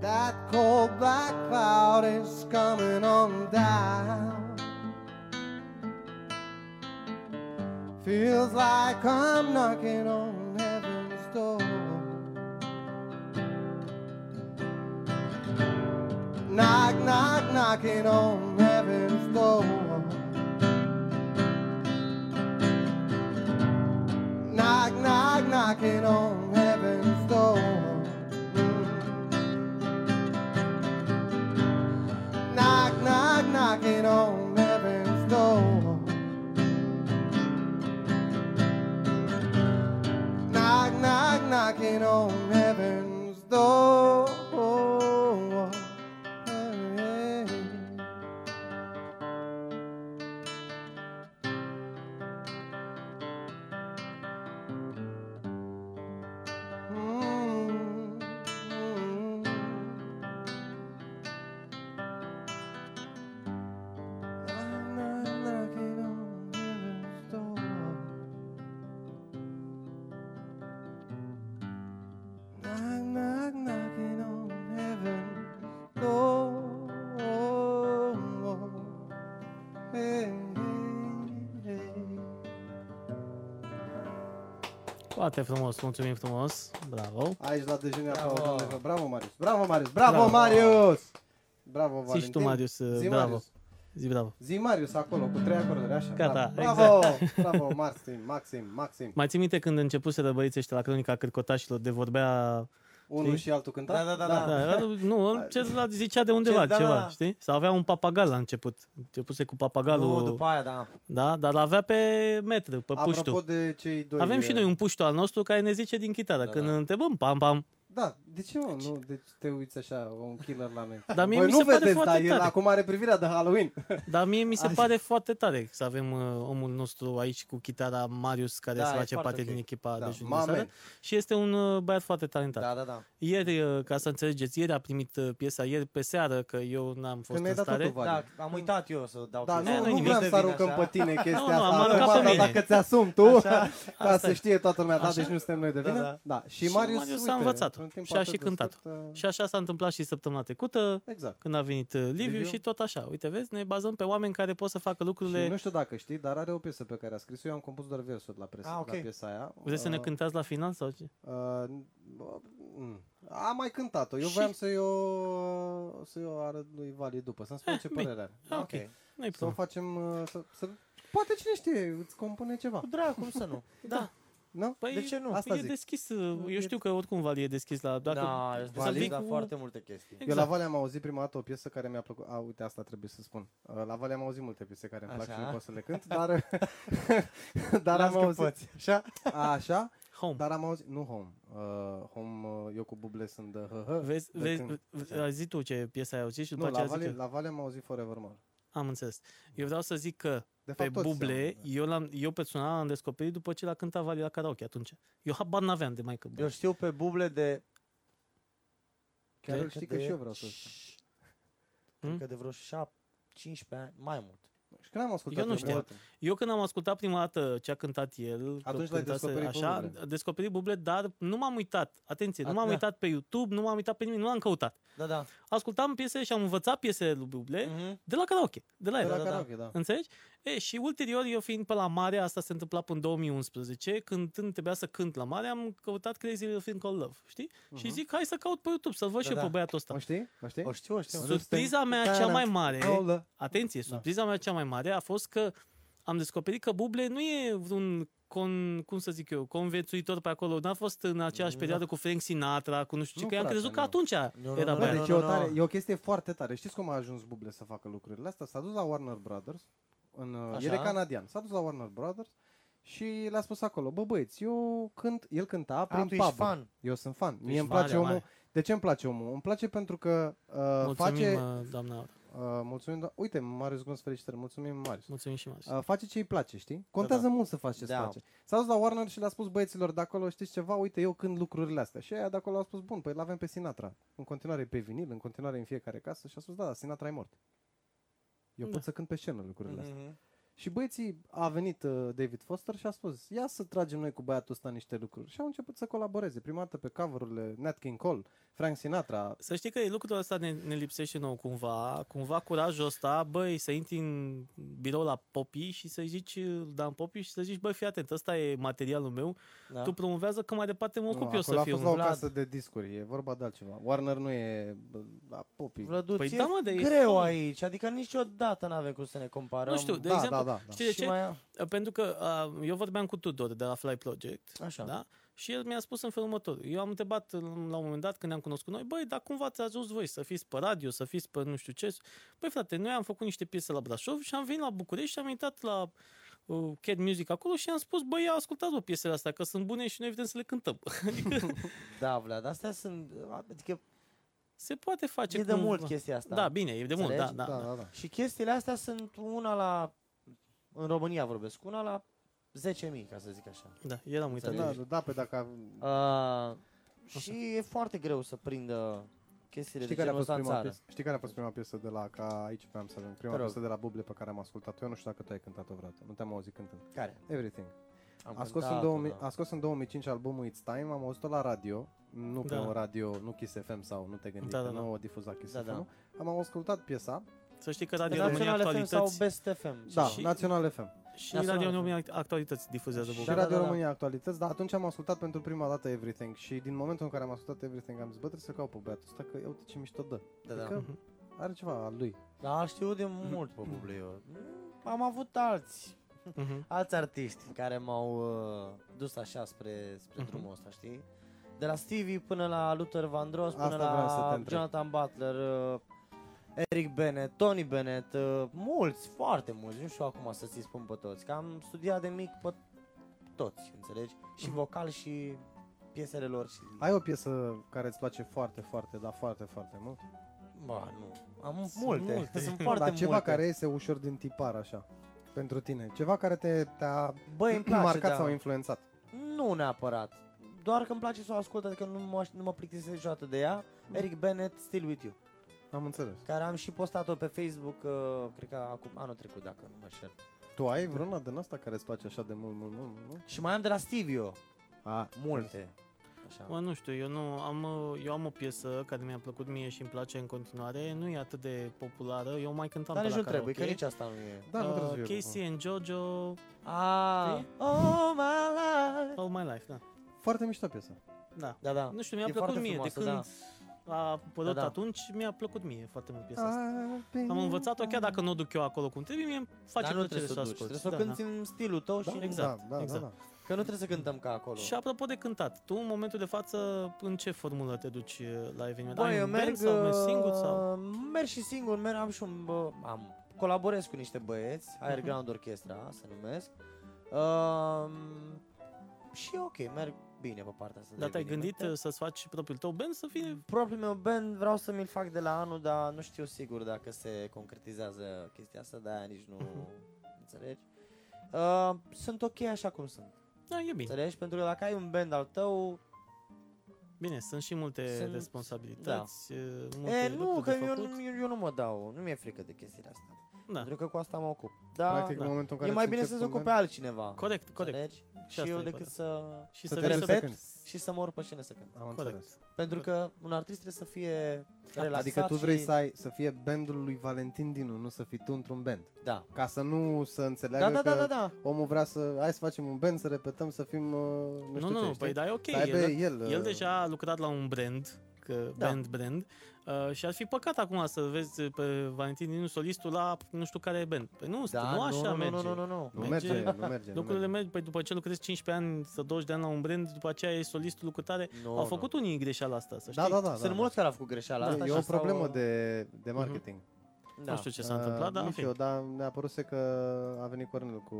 That cold black cloud is coming on down. Feels like I'm knocking on heaven's door. Knock, knock, knocking on heaven's door. Knock, knock, knocking on heaven's door. Mm. Knock, knock, knocking on heaven's door. Knock, knock, knocking on heaven's door. Hey. mm. Mm, mm. Knock, knock, knocking on heaven's door. Knock, knock, knocking on heaven's door. Hey, hey, hey.
Foarte frumos, mulțumim frumos. Bravo.
Aici la dejune aplaudăm. Bravo. bravo, Marius! Bravo, Marius! Bravo, bravo. Marius! Bravo, Valentin!
Zi și tu, Marius,
Zi,
bravo.
Marius.
Zi bravo.
Zi Marius acolo, cu trei acorduri, așa.
Gata, exact.
bravo, bravo, Maxim, Maxim,
<laughs>
Maxim.
Mai ții minte când începuseră băieții ăștia la cronica cârcotașilor de vorbea
Unul și altul cânta?
Da, da, da, da.
Da, era- nu, celălalt zicea de undeva
Ce- da,
ceva,
da, da.
știi? Sau avea un papagal la început. Începuse cu papagalul,
Nu, după aia, da.
da? Dar l-avea pe metru, pe
Apropo
puștul.
de cei doi...
Avem și noi un puștu al nostru care ne zice din chitară.
Da,
Când
da.
întrebăm, pam, pam.
Da, de ce
Deci-
mă, nu, de ce te uiți așa, un killer la mine?
Dar mie
Voi
mi
nu
se pare
vedeți,
foarte
dar el
tare.
acum are privirea de Halloween.
Dar mie mi se
Așa.
pare foarte tare să avem uh, omul nostru aici cu chitara Marius, care
Da,
se
e
face
foarte
parte
ok.
din echipa
Da,
de junior
mamen.
de seară. Și este un uh, băiat foarte talentat.
Da, da, da.
Ieri, uh, ca să înțelegeți, ieri a primit uh, piesa, ieri pe seară, că eu n-am fost
Că mi-ai
în
dat
stare.
totul, Vali.
Da, am uitat eu să dau
Da,
chestia
Eh,
nu,
nu-i
nu
nimic.
Dă
vreau să
vine
arunc în
așa.
<laughs>
pătine chestia
Nu, nu,
asta.
am aruncat
Acum,
pe
dar
mine.
Dacă ți-asumi tu, <laughs> ca
Asta
să
e.
știe toată lumea, da,
Așa?
deci nu suntem noi de
Da,
vină.
da.
Da, și
Și
Marius,
Marius a
uite,
învățat-o
într-un timp
și a
atât
și
de
cântat-o.
scurt, uh,
Și așa s-a întâmplat și săptămâna trecută,
Exact.
când a venit uh, Liviu,
Liviu.
Liviu și tot așa. Uite, vezi, ne bazăm pe oameni care pot să facă lucrurile.
Și nu știu dacă știi, dar are o piesă pe care a scris-o. Eu am compus doar versuri la, presă,
Ah, ok.
la piesa aia.
Vreți să ne
Uh,
cântați la final sau ce?
Uh, mm, am mai cântat-o. Eu
Și-
voiam să-i o, să-i o arăt lui Vali după, să-mi spun
Eh,
ce
bine.
părere are.
Ah, ok.
ok.
Nu-i
Să o
problemă.
facem... uh, Să, să, poate cine știe, îți compune ceva.
Cu drag, cum să nu?
Da.
Nu?
Păi,
De ce nu?
Asta
e
zic.
deschis. uh, Eu știu că oricum Vali e deschis la... Dacă...
Da,
să
Vali,
vii
da,
cu-
foarte multe chestii.
Eu la
Exact.
Vale am auzit prima dată o piesă care mi-a plăcut. A, uite, asta trebuie să spun. Uh, La Vale am auzit multe piese care îmi plac
Așa.
și nu pot să le
<laughs>
cânt, dar, <laughs> dar
Las
am
că
auzit.
poți, Așa?
Așa,
Home.
dar am auzit, nu Home. Uh, home, uh, eu cu buble sunt de hă
Vezi,
de
vezi,
când-
v- a zi tu ce piesă ai auzit și după
Nu, la
aceea zic
Vale,
eu.
la Vale am auzit Forever More.
Am înțeles. Eu vreau să zic că
De
pe
fapt, toți da.
buble,
seamănă.
eu, l-am, eu personal l-am descoperit după ce l-a cântat Vali la karaoke atunci. Eu habar n-aveam de Michael
Eu
Bublé.
știu pe buble de...
Chiar
cred
îl știi
de-
că și eu vreau să
Hmm?
Cred că de vreo șap- 15 ani, mai mult.
Și când am ascultat
Eu nu
eu
știam.
multe-
Eu când am ascultat prima dată ce a cântat el, că
Atunci
cântase
l-ai descoperit pe
așa,
Buble.
am descoperit buble, dar nu m-am uitat. Atenție, nu
A,
m-am
da.
uitat pe YouTube, nu m-am uitat pe nimic, nu am căutat.
Da, da.
Ascultam piese și am învățat piesele lui
Eh?
Buble
Mhm.
de la karaoke, de la el.
de la
da, da.
karaoke, da.
Înțelegi? E, și ulterior, eu fiind pe la mare, asta se întâmpla până în 2011, când când trebuia să cânt la mare, am căutat Crazy Little Thing Called Love, știi? Și zic, hai să caut pe YouTube, să-l văd și eu
da.
pe băiatul ăsta.
Mhm. O știi? O știi?
O știu, o știu.
Surpriza mea
Da,
cea
da.
mai mare,
Aolă.
atenție,
Da.
surpriza mea cea mai mare a fost că am descoperit că Buble nu e un con, cum să zic eu, conviețuitor pe acolo. N-a fost în aceeași perioadă cu Frank Sinatra, cu nu știu ce,
Da. Nu,
că eu am
frate,
crezut că
nu.
atunci
nu,
era
nu,
Bă,
băiat.
nu,
deci e, o tare, e o chestie foarte tare. Știți cum a ajuns Buble să facă lucrurile astea? S-a dus la Warner Brothers. În, uh, el e
Așa.
canadian. S-a dus la Warner Brothers și le-a spus acolo, bă băieți, eu cânt, el cânta prin
Da, tu
pub.
ești fan.
Eu sunt fan. Mie
ești
îmi place
mare,
omul.
mare.
De ce îmi place omul? Îmi place pentru că uh,
Mulțumim,
face...
uh, doamna,
Uh, mulțumim, da. Uite, Marius Gunț, felicitări. Mulțumim, Marius.
mulțumim și mai.
Uh, face ce îi place, știi? Contează
Da,
mult să faci ce da.
Da.
face. S-a dus la Warner și le-a spus băieților de acolo, știți ceva, uite eu când lucrurile astea. Și aia de acolo au spus, bun, păi l-avem pe Sinatra. În continuare pe vinil, în continuare în fiecare casă și a spus, da, da Sinatra e mort. Eu
Da.
pot să cânt pe scenă lucrurile astea.
Mhm.
Și băieții a venit uh, David Foster și a spus, ia să tragem noi cu băiatul ăsta niște lucruri. Și au început să colaboreze. Prima dată pe cover-urile Nat King Cole, Frank Sinatra,
Să știi că lucrul ăsta ne, ne lipsește nou cumva, cumva curajul ăsta, băi, să intri în birou la Popi și să zici, Dan Popi și să zici, băi, fii atent, ăsta e materialul meu, da.
Da.
tu promovează că mai departe mă
Nu,
ocup eu
Da, acolo
să
a
fiu.
fost la o
un-
casă de discuri, e vorba de altceva. Warner nu e bă, la popii.
Vlăduț,
Păi
e
da, mă, de-
greu aici, adică niciodată n-avem cum să ne comparăm.
Nu știu, de
da,
exemplu,
da, da, da.
știi de
Și
ce?
mai-
Pentru că uh, eu vorbeam cu Tudor de la Fly Project.
Așa.
Da? Și el mi-a spus în felul următor. Eu am întrebat uh, la un moment dat când ne-am cunoscut noi, băi, dar cum v-ați ajuns voi să fiți pe radio, să fiți pe nu știu ce? Băi, frate, noi am făcut niște piese la Brașov și am venit la București și am intrat la uh, Cat Music acolo și am spus, băi, ia ascultați o piesele astea, că sunt bune și noi evident să le cântăm. <laughs> adică
Da, Vlad, astea sunt, adică
se poate face
e de
cumva.
mult chestia asta.
Da, bine, e de mult, da,
Înțelegi?
da, da.
da, da.
Și chestiile astea sunt una la, în România vorbesc, una la 10.000, ca să zic așa.
Da, eram uitat.
Da,
de-
da, da, pe dacă a-
Uh, și e foarte greu să prindă chestiile
știi
de
care, a
genul
fost
ăsta Deci în
prima
țară.
piesă, știi care a fost prima piesă de la ca aici pe Amsterdam, prima
Te rog.
piesă de la Buble pe care am ascultat-o. Eu nu știu dacă tu ai cântat-o vreodată. Nu te-am auzit cântând.
Care?
Everything.
Am
A scos, în
cântat-o,
2000,
da.
a scos în 2005 albumul It's Time, am auzit-o la radio, nu pe
Da.
un radio, nu Kiss FM sau nu te gândi,
Da,
da,
da,
da,
da.
nu o difuza Kiss
Da,
da,
da.
FM. Da. Am ascultat piesa,
Să știi că Radio
Pe
România
Național FM sau
Actualități
Best FM.
da,
Și-
Național FM.
și
Național
Radio
FM.
România Actualități difuzează
Și
Și
București.
Radio
Da, da, da, da.
România Actualități, dar atunci am ascultat pentru prima dată Everything și din momentul în care am ascultat Everything am zis, bă, trebuie să caut pe băiatul ăsta, că uite ce mișto dă.
Da, da.
Adică
Mhm,
are ceva al lui.
Da, știu de mult pe Buble eu. Am avut alți,
Mhm.
alți artiști care m-au uh, dus așa spre, spre
Mhm.
drumul ăsta, știi? De la Stevie până la Luther Vandross, până
Asta vreau să te
la
întreb.
Jonathan Butler, uh, Eric Bennett, Tony Bennett, uh, mulți, foarte mulți, nu știu acum să ți spun pe toți, că am studiat de mic pe toți, înțelegi? Și vocal și piesele lor și...
Mhm. Ai o piesă care îți place foarte, foarte, dar foarte, foarte mult?
Ba, nu. Am
Sunt
multe.
multe.
Sunt foarte
dar ceva
multe.
care iese ușor din tipar, așa, pentru tine. Ceva care te, te-a
Băi, îmi place,
marcat
da.
sau influențat.
Nu neapărat. Doar că îmi place să o ascult, adică nu mă, nu mă plictisesc niciodată de ea.
Mhm.
Eric Bennett, Still With You,
Am înțeles.
care am și postat-o pe Facebook, uh, cred că acum, anul trecut, dacă nu mă șer.
Tu ai
Da.
vreuna din asta care îți place așa de mult, mult, mult, mult? Ah,
Și mai am de la Stivio,
A,
multe. Așa.
Mă, nu știu, eu nu am, uh, eu am o piesă care mi-a plăcut mie și îmi place în continuare, nu e atât de populară, eu mai cântam
Dar
pe
nici
la
nu
karaoke.
trebuie, că nici asta nu e.
Da, nu trebuie
uh,
să fie
Casey and Jojo,
Ah,
Știi?
oh my life.
All My Life, da.
populară. Foarte mișto piesă.
da.
Da, da.
Nu știu, mi-a
E
plăcut
foarte
mie,
frumoasă,
de când a apărut
Da, da.
atunci, mi-a plăcut mie foarte mult piesa asta.
I've
Am
been
învățat-o chiar dacă nu o duc eu acolo cum trebuie, mie îmi face
Dar nu
plăcere
trebuie
să
să
o
o duci,
ascult.
trebuie să o
Da,
cânti în stilul tău
Da,
și
exact,
da, da,
exact.
Da, da.
că nu trebuie să cântăm ca acolo.
Și apropo de cântat, tu în momentul de față în ce formulă te duci uh, la eveniment?
Bă,
Ai
eu
un band
merg,
sau mergi singur sau?
uh, merg și singur, merg, am și un, bă, am, colaborez cu niște băieți,
Mhm.
Underground Orchestra se numesc. Uh, și e ok, merg bine pe partea asta. de
Dar te-ai gândit
evenimente.
uh, să-ți faci propriul tău band să fie
Propriul meu band vreau să mi-l fac de la anul, dar nu știu sigur dacă se concretizează chestia asta, de aia nici nu
Mhm.
<laughs> înțelegi. Uh, sunt ok așa cum sunt,
Da, e bine.
înțelegi? Pentru că dacă ai un band al tău,
Bine, sunt și multe
Sunt- da.
responsabilități, e, multe
E, nu,
lucruri
că
de
eu,
făcut.
nu- eu, eu nu mă dau, nu mi-e frică de chestiile astea.
Da.
Pentru că cu asta mă ocup. Dar
Practic,
da.
în momentul în care
e mai
îți
bine să
începi
se ocupe
cumva-
altcineva.
Corect, corect.
Înțelegi? Și,
asta
eu
e
decât
corect.
să,
Și
Să
să
te
vii să
repet?
repezi.
și să mor pe scenă să cânt.
Am
Corect.
înțeles.
Pentru că un artist trebuie să fie relaxat
Adică tu vrei
și...
să, ai, să fie bandul lui Valentin Dinu, nu să fii tu într-un band.
Da.
Ca să nu să
Da,
înțeleagă
da, da,
că
da, da.
omul vrea să... Hai să facem un band, să repetăm, să fim... uh, Nu,
Nu,
știu
nu,
ce,
nu,
știi?
păi da, e ok.
Dar
el-
bă, el,
El
uh,
deja a lucrat la un brand, că
Da.
brand, brand, uh, și ar fi păcat acum să vezi pe Valentin Dinu solistul la nu știu care brand. Păi nu,
Da,
nu
nu,
așa
nu,
merge.
nu, nu, nu, nu.
Nu merge,
merge-
nu merge. nu
Lucrurile
merge.
merg, păi după ce lucrezi 15 ani sau 20 de ani la un brand, după aceea e solistul lucrare.
nu
Au făcut unii greșeala asta, să știi.
Da, da, da.
Sunt
da,
mulți care au făcut greșeala
da.
asta
E
și
o
s-au-
problemă de, de marketing.
Da.
Nu știu Mhm. ce s-a
Uh,
întâmplat, Da, dar
Nu
în
știu,
fine.
dar ne-a părut că a venit Cornel cu,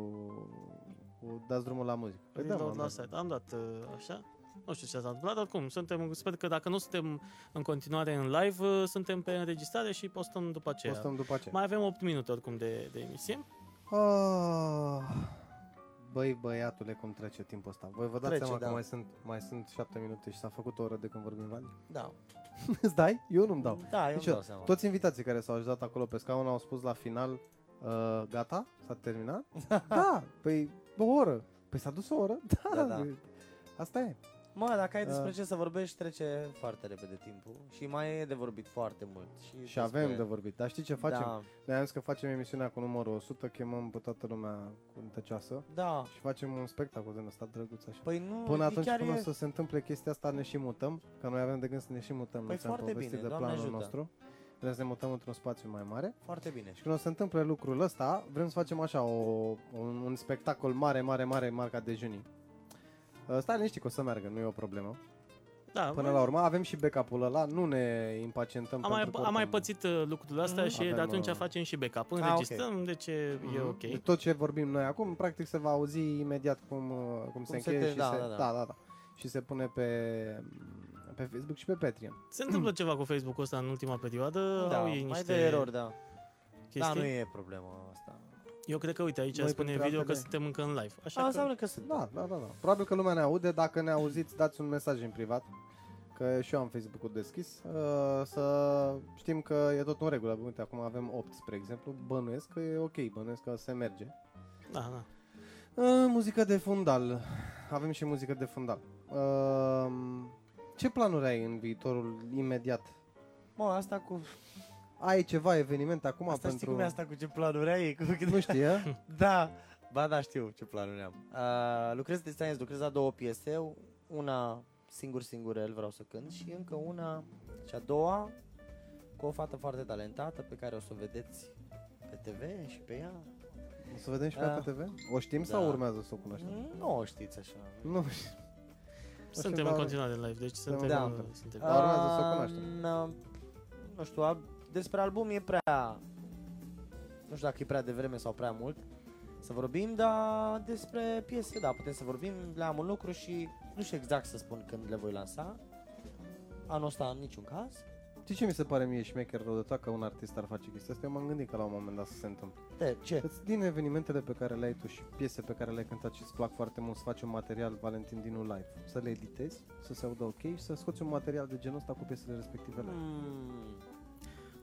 cu dați drumul la muzică. Păi da,
Am
mă,
dat la
da.
site. Am dat uh, așa. Nu știu ce s-a întâmplat, dar cum, suntem, sper că dacă nu suntem în continuare în live, uh, suntem pe înregistrare și postăm după aceea.
Postăm după aceea.
Mai avem 8 minute oricum de, de emisie.
Ah, Băi, băiatule, cum trece timpul ăsta. Voi vă dați
Trece,
seama
da.
că mai sunt, mai sunt șapte minute și s-a făcut o oră de când vorbim, Vali?
Da.
<laughs> Îți dai? Eu nu-mi dau.
Da,
Nici
eu îmi
Deci eu.
dau seama.
Toți invitații care s-au ajutat acolo pe scaun au spus la final, uh, gata, s-a
<laughs>
terminat? da, păi o oră. Păi s-a dus o oră? Da,
Da, da.
Asta e.
Mă, dacă ai despre
Uh.
ce să vorbești, trece foarte repede timpul și mai e de vorbit foarte mult. Și,
Și
despre-
avem de vorbit. Dar știi ce facem?
Da,
Ne-am zis că facem emisiunea cu numărul 100, chemăm pe toată lumea cu tăcioasă
da.
și facem un spectacol din ăsta drăguț așa.
Păi nu,
Până
e
atunci,
chiar
până
e...
o să se întâmple chestia asta, ne și mutăm, că noi avem de gând să ne și mutăm.
Păi
noi ți-am
foarte
povestit
bine,
de
Doamne
planul
ajută.
nostru. Vrem să ne mutăm într-un spațiu mai mare.
Foarte bine.
Și când o să întâmple lucrul ăsta, vrem să facem așa, o, un, un spectacol mare, mare, mare, marca dejunii. Uh, Stai liniștit că o să meargă, nu e o problemă.
Da,
Până la urmă, avem și backup-ul ăla, nu ne impacientăm
Am mai,
pentru că
am mai
oricum-
pățit uh, lucrul ăsta
Mhm.
și de
Avem,
atunci
uh, Mhm.
facem și backup.
ok.
Înregistrăm, deci e, e ok.
De tot ce vorbim noi acum, practic se va auzi imediat cum, uh, cum, se
se
încheie
te-
și,
da,
se,
da, da.
Da, da, da. și se pune pe, pe Facebook și pe Patreon.
Se întâmplă ceva cu Facebook-ul ăsta în ultima perioadă.
Da,
Au ei
mai
niște
de erori, da. Da,
chestii.
nu e problema asta.
Eu cred că, uite, aici
Noi,
spune
printre
video că
altele.
suntem încă în live. Așa
Asta
că...
înseamnă că sunt.
Da, da, da, da. Probabil că lumea ne aude, dacă ne auziți, dați un mesaj în privat, că și eu am Facebook-ul deschis, uh, să știm că e tot în regulă. Uite, acum avem 8, spre exemplu, bănuiesc că e ok, bănuiesc că se merge.
Da, da.
Uh, muzică de fundal. Avem și muzică de fundal. Uh, ce planuri ai în viitorul imediat?
Mă, asta cu...
Ai ceva eveniment acum
Asta știi
pentru...
cum e asta cu ce planuri ai? Cu...
Nu știe?
<laughs> Da, ba da, știu ce planuri am. Uh, lucrez de science, lucrez la două piese, una singur singur el vreau să cânt și încă una și a doua cu o fată foarte talentată pe care o să o vedeți pe TV și pe ea.
O să vedem și pe
Da.
Alta TV? O știm
Da. Mm.
sau urmează să o cunoaștem?
Nu o știți așa.
Nu știu.
Suntem
da.
în continuare în live, deci suntem...
Da.
uh, suntem.
Da. urmează să o cunoaștem.
Uh, nu știu, al- despre album e prea... Nu știu dacă e prea devreme sau prea mult să vorbim, dar despre piese, da, putem să vorbim, le am un lucru și nu știu exact să spun când le voi lansa. Anul ăsta în niciun caz.
Știi ce mi se pare mie șmecher rău de tot că un artist ar face chestia asta? Eu m-am gândit că la un moment dat să se întâmple.
De ce?
Îți din evenimentele pe care le-ai tu și piese pe care le-ai cântat și îți plac foarte mult să faci un material Valentin Dinu live. Să le editezi, să se audă ok și să scoți un material de genul ăsta cu piesele respective live.
Hmm,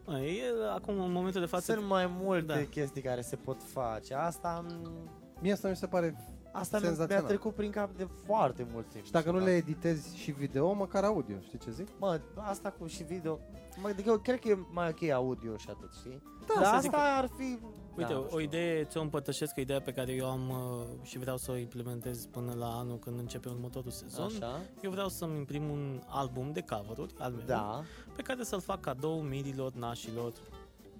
Mă, e, acum, în momentul de față,
sunt mai multe
Da.
chestii care se pot face. Asta am...
Mie asta mi se pare...
Asta mi- mi-a
Senzațional.
trecut prin cap de foarte mult timp.
Și dacă nu
Da.
le editezi și video, măcar audio, știi ce zic?
Mă, asta cu și video, mă, adică eu cred că e mai ok audio și atât, știi?
Da,
Da, Dar
să
asta
zic
ar fi...
Uite,
da, nu
o,
știu.
o idee, ți-o împărtășesc, o idee pe care eu am uh, și vreau să o implementez până la anul când începe următorul sezon.
Așa,
Eu vreau să-mi imprim un album de cover-uri al meu,
da.
pe care să-l fac cadou mirilor, nașilor.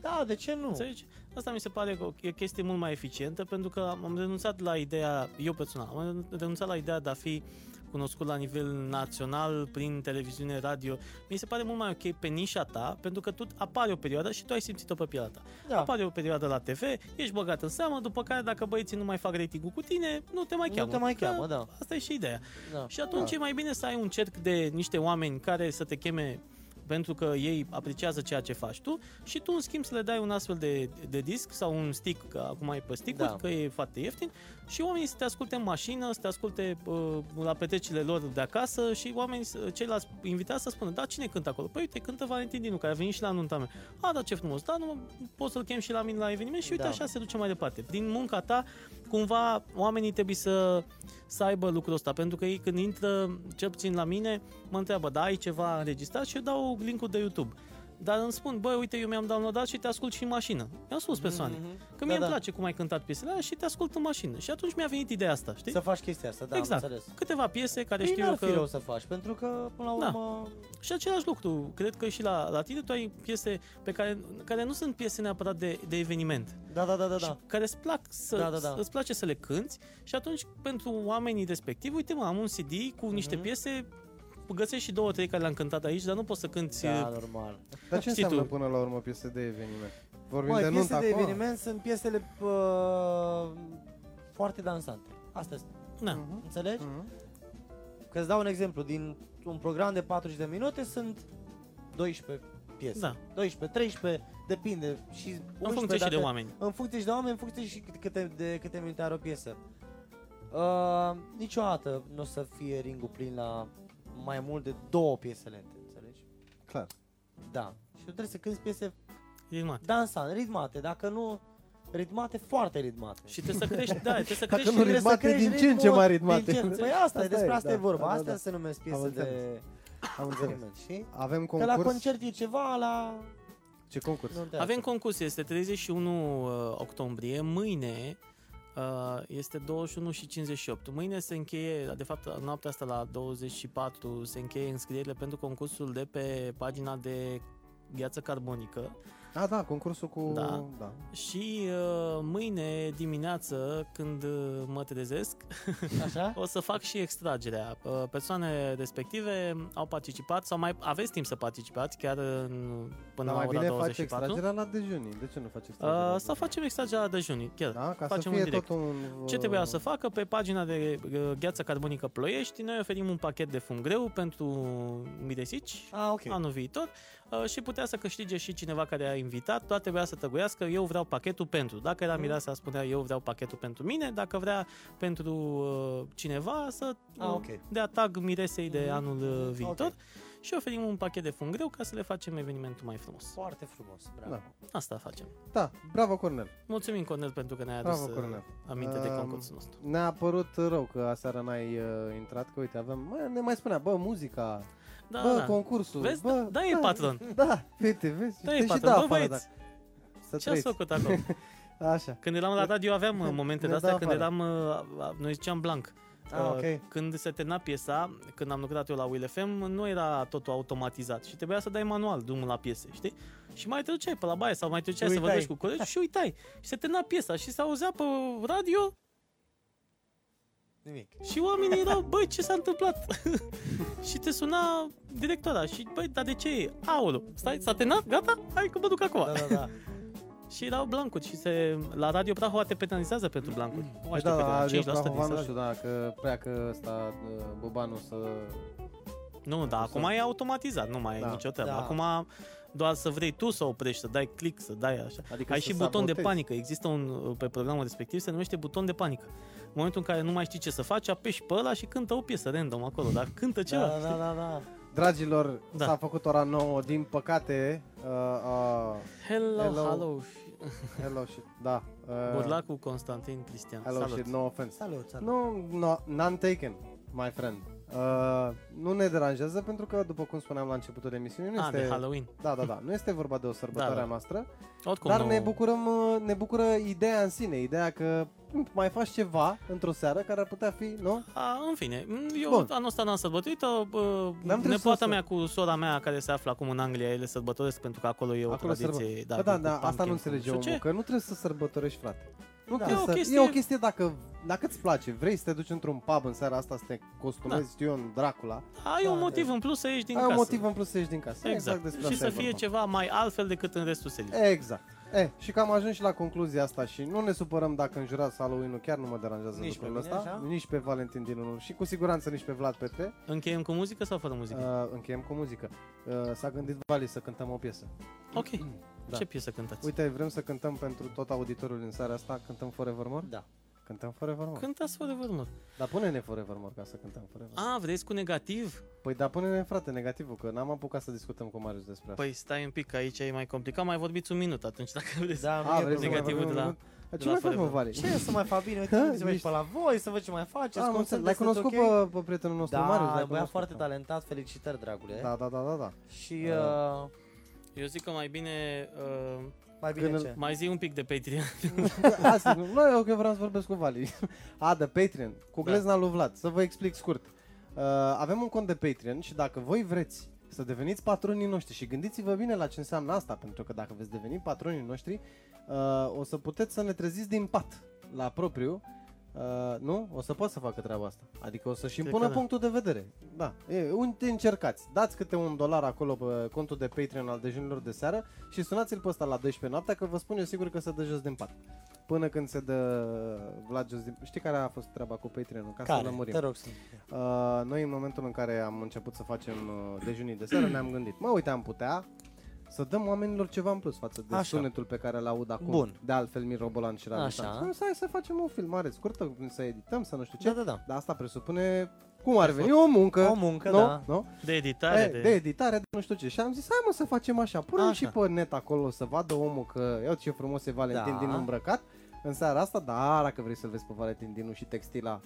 Da, de ce nu?
Înțelegi? Asta mi se pare că o- e o chestie mult mai eficientă pentru că am am renunțat la ideea, eu personal, am renunțat la ideea de a fi cunoscut la nivel național prin televiziune, radio. Mi se pare mult mai ok pe nișa ta pentru că tu apare o perioadă și tu ai simțit-o pe pielea ta.
Da.
Apare o perioadă la TV, ești băgat în seamă, după care dacă băieții nu mai fac rating cu tine, nu te mai
Nu
cheamă.
te mai
Că
cheamă, da.
Asta e și ideea.
da.
Și atunci
Da.
e mai bine să ai un cerc de niște oameni care să te cheme pentru că ei apreciază ceea ce faci tu și tu în schimb să le dai un astfel de, de disc sau un stick, că acum e pe stick da.
Da.
că e foarte ieftin și oamenii să te asculte în mașină, să te asculte uh, la petrecerile lor de acasă și oamenii, să- ceilalți invitați să spună, da, cine cântă acolo? Păi uite, cântă Valentin Dinu, care a venit și la anunta mea. A, da, ce frumos, da, nu, poți să-l chem și la mine la eveniment și uite
Da.
așa se duce mai departe. Din munca ta, cumva, oamenii trebuie să, să aibă lucrul ăsta, pentru că ei când intră, cel puțin la mine, mă întreabă, da, ai ceva înregistrat și eu dau linkul de YouTube. Dar îmi spun, băi, uite, eu mi-am downloadat și te ascult și în mașină. Mi-am spus persoane.
Da,
Că mie da, îmi
da.
place cum ai cântat piesele alea și te ascult în mașină. Și atunci mi-a venit ideea asta, știi?
Să faci chestia asta, da,
exact.
am înțeles.
Câteva piese care
Păi
știu eu
n-ar fi
că...
rău să faci, pentru că, până la
Da.
urmă,
Și același lucru, cred că și la, la tine tu ai piese pe care, care nu sunt piese neapărat de, de eveniment.
da, da, da, da,
și
da.
care îți, plac să,
Da, da, da.
îți place să le cânti și atunci pentru oamenii respectivi, uite mă, am un CD cu niște
Mhm.
piese, găsești și două, trei care le-am cântat aici, dar nu poți să cânti
Da, normal.
Dar ce
Știi
înseamnă
tu.
până la urmă piese de eveniment? Vorbim
Măi,
de nuntă
piese de
acum?
eveniment sunt piesele uh, foarte dansante. Asta este,
Na,
Mm-hmm.
Mhm.
înțelegi?
Mhm.
Că îți dau un exemplu, din un program de 40 de minute sunt 12 piese.
da,
12, 13, depinde. Și 11,
în funcție și
dacă,
de oameni.
În funcție și de oameni, în funcție și cât- câte, de câte minute are o piesă. Uh, niciodată nu o să fie ringul plin la mai mult de două piese lente, înțelegi?
Clar.
Da. Și tu trebuie să cânti piese
Ritmat.
dansante, ritmate, dacă nu ritmate, foarte ritmate.
Și trebuie
<laughs>
să crești, da, trebuie să
Dacă
crești
nu
și-
trebuie să
ritmate,
crești
din ce în ce
ritmul,
mai ritmate.
Din ce, păi asta,
Asta
e,
e,
despre asta e
da,
vorba,
da,
asta
da.
se numesc piese
Am
de
înțeles. Am înțeles.
eveniment, știi?
Avem
Că la
concurs?
concert e ceva, la...
Ce concurs?
nu te
Avem
aștept.
concurs, este 31 uh, octombrie, mâine uh, este 21 și 58. Mâine se încheie, de fapt noaptea asta la 24 se încheie înscrierile pentru concursul de pe pagina de gheață carbonică
Ah, da, concursul cu...
Da.
da.
și uh, mâine dimineață când uh, mă trezesc
Așa?
o să fac și extragerea. Uh, Persoanele respective au participat sau mai aveți timp să participați chiar în, până
Dar
la ora
Da, mai bine faci
24.
extragerea la dejunii. De ce nu faci
Uh,
extragerea? la
să
dejunii?
facem extragerea la dejunii, chiar.
Da? Ca
Facem un
să fie
direct.
tot un... uh,
Ce trebuia să facă? Pe pagina de uh, gheață carbonică Ploiești, noi oferim un pachet de fum greu pentru miresici
Ah, ok.
anul viitor uh, și putea să câștige și cineva care a invitat, doar trebuia să tăguiască, eu vreau pachetul pentru. Dacă era mireasa, spunea eu vreau pachetul pentru mine, dacă vrea pentru uh, cineva, să
Ah, ok.
dea tag miresei de
Mhm.
anul uh, viitor
Ok.
și oferim un pachet de fum greu ca să le facem evenimentul mai frumos.
Foarte frumos, bravo.
Da.
Asta facem.
Da, bravo Cornel.
Mulțumim, Cornel, pentru că ne-ai adus
Bravo,
uh,
Cornel.
aminte de
Um,
concursul nostru.
Ne-a părut rău că aseară n-ai uh, intrat, că uite, avem... Mă, ne mai spunea, bă, muzica,
Da,
bă,
da.
concursul,
Vezi?
bă...
Da, e patron.
Da, uite, vezi?
Da,
te
e
Păi și
patru. Bă,
afară,
băieți,
Să
ce ați
trăiți.
făcut acolo?
Așa.
Când eram la radio aveam uh, momente
Ne
de astea,
dau
când
afară.
eram, uh, a- noi ziceam blank.
Ah,
Uh,
ok.
Când se termina piesa, când am lucrat eu la Will FM, nu era totul automatizat și trebuia să dai manual drumul la piese, știi? Și mai treceai pe la baie sau mai treceai să
Uitai.
vorbești cu colegi și uitai. Și se termina piesa și se auzea pe radio
Nimic.
și oamenii erau, băi, ce s-a întâmplat? <laughs> și te suna directora și, băi, dar de ce e? Aolo, stai, s-a terminat? Gata? Hai că mă duc acum.
Da, da,
<laughs>
da.
Și erau blancuri și se, la Radio Prahova te penalizează pentru blancuri. O,
Păi
aș
da,
te
da,
penalizează,
eu
5% din
Prahova
salariu.
nu știu dacă pleacă ăsta uh, Bobanu să...
Nu, dar acum e automatizat, nu mai e
Da.
nicio treabă.
Da.
Acum doar să vrei tu să oprești, să dai click, să dai așa.
Adică
Ai
să
și buton de
sabotezi.
panică. Există un pe programul respectiv se numește buton de panică. În momentul în care nu mai știi ce să faci, apeși pe ăla și cântă o piesă random acolo, dar cântă ceva.
Da,
știi?
da, da, da.
Dragilor,
Da.
s-a făcut ora 9, din păcate, uh, uh,
Hello, hello,
Hello.
hello.
hello și, da, uh,
Burlacu Constantin Cristian.
hello
Salut.
și no offense.
Salut, salut.
Nu, no, none taken, my friend. Uh, nu ne deranjează pentru că, după cum spuneam la începutul emisiunii, nu
Ah, de
este,
Halloween.
da, da, da, nu este vorba de o sărbătoare
Da, da.
a noastră,
Oricum
dar
nu...
ne bucurăm, uh, ne bucură ideea în sine, ideea că mm, mai faci ceva într-o seară care ar putea fi, nu?
A, în fine, eu
Bun.
Bun. anul ăsta n-am sărbătorit-o, bă,
N-am trebuit să-
nepoata mea cu sora mea care se află acum în Anglia, ele sărbătoresc pentru că acolo e o
Acolo
tradiție.
Bă, da,
cu
da, asta
pumpkin,
nu
cu
înțelege
știu
omul,
ce.
că nu trebuie să sărbătorești, frate. Nu
Da.
trebuie
E o
să,
chestie-
e o chestie dacă, dacă îți place, vrei să te duci într-un pub în seara asta să te costumezi,
Da.
știu eu, în Dracula,
Ai un
Da,
motiv în plus să ieși din
ai
casă.
un motiv în plus să ieși din casă.
Exact.
despre
și
asta
să
e
fie
vorba.
ceva mai altfel decât în restul serii.
Exact. E, și că am ajuns și la concluzia asta și nu ne supărăm dacă înjurați Halloween-ul, chiar nu mă deranjează
Nici
lucrul
pe mine,
ăsta,
așa?
nici pe Valentin din 1 și cu siguranță nici pe Vlad Petre.
Încheiem cu muzică sau fără muzică?
Uh, încheiem cu muzică. Uh, s-a gândit Vali să cântăm o piesă.
ok.
da.
Ce piesă cântați?
Uite, vrem să cântăm pentru tot auditorul din seara asta, cântăm Forevermore?
Da.
Cântăm Forevermore.
Cântați fără vârmă.
Dar pune-ne Forevermore ca să cântăm Forevermore.
A, vrei cu negativ?
Păi da, pune-ne, frate, negativul, că n-am apucat să discutăm cu Marius despre asta.
Păi stai un pic, că aici e mai complicat. Mai vorbiți un minut atunci, <laughs> dacă vreți.
Da,
A,
nu e
vrei Ah, să mai
negativul
vorbim
de la-
un minut?
de
Ce
la
mai faci, mă,
Forever? <laughs>
Vali?
Ce să mai fac bine? Uite,
Ha,
să mergi
ești-
pe la voi, să văd ce mai faceți.
Am
cum
înțeles,
sunteți,
L-ai
sunteți
cunoscut
ok?
pe, pe prietenul nostru, Marius?
Da,
l-ai
e băiat
cunoscut,
foarte
da.
talentat, felicitări, dragule.
Da, da, da, da, da.
Și uh,
Eu zic că mai bine uh,
mai bine
Când îl-
ce?
mai zi un pic de Patreon.
<laughs> Asta, nu, nu, eu că vreau să vorbesc cu Vali. <laughs> A, de Patreon, cu
Da.
glezna lui Vlad. Să vă explic scurt. Uh, avem un cont de Patreon și dacă voi vreți să deveniți patronii noștri și gândiți-vă bine la ce înseamnă asta, pentru că dacă veți deveni patronii noștri, uh, o să puteți să ne treziți din pat la propriu. Uh, nu? O să pot să facă treaba asta. Adică o să-și
Cred
impună
că da.
punctul de vedere. Da. E, unde încercați. Dați câte un dolar acolo pe contul de Patreon al dejunilor de seară și sunați-l pe ăsta la 12 noaptea că vă spun eu sigur că se dă jos din pat. Până când se dă Vlad jos din... Știi care a fost treaba cu Patreon-ul? Ca să
Care?
lămurim.
Te rog să
Uh, noi în momentul în care am început să facem uh, dejunii de seară ne-am gândit, mă uite am putea să dăm oamenilor ceva în plus față de
Așa.
Așa. sunetul pe care îl aud acum.
Bun.
De altfel Mirobolan și Radu
Așa.
Sanz. Hai să facem o filmare scurtă, să edităm, să nu știu ce.
Da, da, da.
Dar asta presupune cum ar veni o muncă.
O muncă,
nu?
da.
Nu?
De editare.
E, Eh, de editare, de nu știu ce. Și am zis, hai mă să facem așa, punem
Așa.
și pe net acolo să vadă omul că iau ce frumos e Valentin
Da.
din îmbrăcat în seara asta, dar dacă vrei să-l vezi pe Valentin Dinu și textila,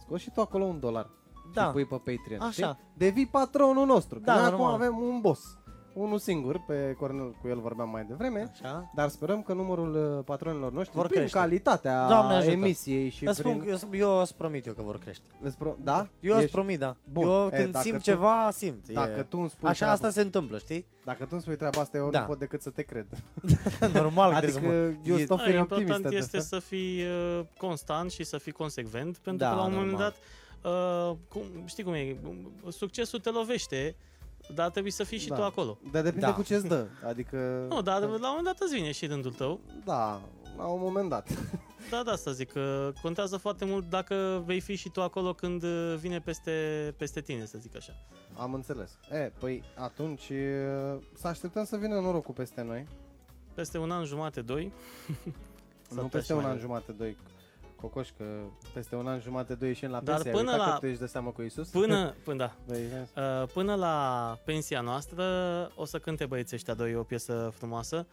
scoți și tu acolo un dolar
Da.
și pui pe Patreon.
Așa.
Știi? Devii patronul nostru, că
Da,
noi acum
normal.
avem un boss, unul singur, pe Cornel, cu el vorbeam mai devreme.
Așa.
Dar sperăm că numărul uh, patronilor noștri,
Vor
prin
crește.
calitatea
Doamne ajută.
emisiei și
Îți spun,
prin...
că- eu, s- eu îți promit eu că vor crește.
Îți pro... Da?
Eu îți
Ești-
promit, da.
Bun.
Eu
E,
când
dacă
simt
tu-
ceva, simt. E-
Dacă tu îmi spui
Așa
treaba,
asta se întâmplă,
<laughs>
știi?
Dacă tu îmi spui treaba asta, eu
Da.
nu pot decât să te cred.
Normal, crezi
Adică
că mă-
eu
e-
sunt
Da,
oferi
important
optimist.
este să fii uh, constant și să fii consecvent, pentru
Da,
că la un moment
normal.
dat, uh, cum, știi cum e, succesul te lovește, dar trebuie să fii <laughs> și
Da.
tu acolo.
Dar depinde
Da.
cu ce îți dă. Adică...
Nu, dar la un moment dat îți vine și rândul tău.
Da, la un moment dat. <laughs>
Da, da, asta zic, că contează foarte mult dacă vei fi și tu acolo când uh, vine peste, peste tine, să zic așa.
Am înțeles. E, păi atunci e, să așteptăm să vină norocul peste noi.
Peste un an jumate, doi. <laughs>
nu
putea și
peste un
mai
an
rău.
jumate, doi cocoș, că peste un an jumate, doi ieșim la
Dar
pensie. Ai
până
uitat
la-
că tu ești de seamă cu Iisus?
Până, până, da,
Băi, hai să-
Uh, Până la pensia noastră o să cânte băieții ăștia doi o piesă frumoasă.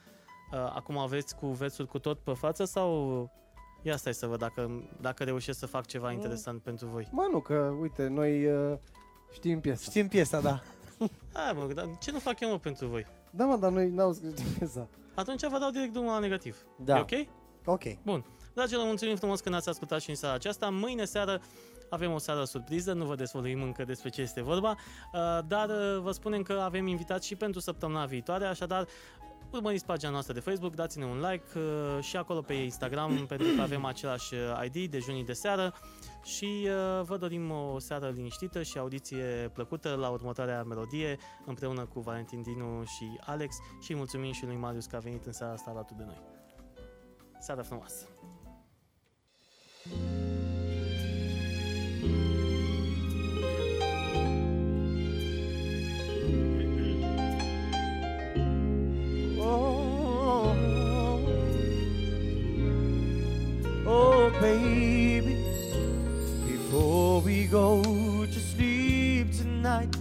Uh, Acum aveți cu versul cu tot pe față sau... Ia stai să văd dacă, dacă reușesc să fac ceva interesant pentru voi.
Mă, nu, că uite, noi e, știm piesa.
Știm piesa, da.
Hai mă, dar ce nu fac eu mă pentru voi?
Da, mă, dar noi n-au scris <laughs> piesa.
Atunci vă dau direct drumul la negativ.
Da.
E ok?
Ok.
Bun. Dragilor, mulțumim frumos că ne-ați ascultat și în seara aceasta. Mâine seară avem o seară surpriză, nu vă dezvăluim încă despre ce este vorba, uh, dar uh, vă spunem că avem invitați și pentru săptămâna viitoare, așadar urmăriți pagina noastră de Facebook, dați-ne un like uh, și acolo pe Instagram <coughs> pentru că avem același uh, ID de junii de seară și uh, vă dorim o seară liniștită și audiție plăcută la următoarea melodie împreună cu Valentin Dinu și Alex și mulțumim și lui Marius că a venit în seara asta alături de noi. Seara frumoasă!
Oh, oh, baby, before we go to sleep tonight,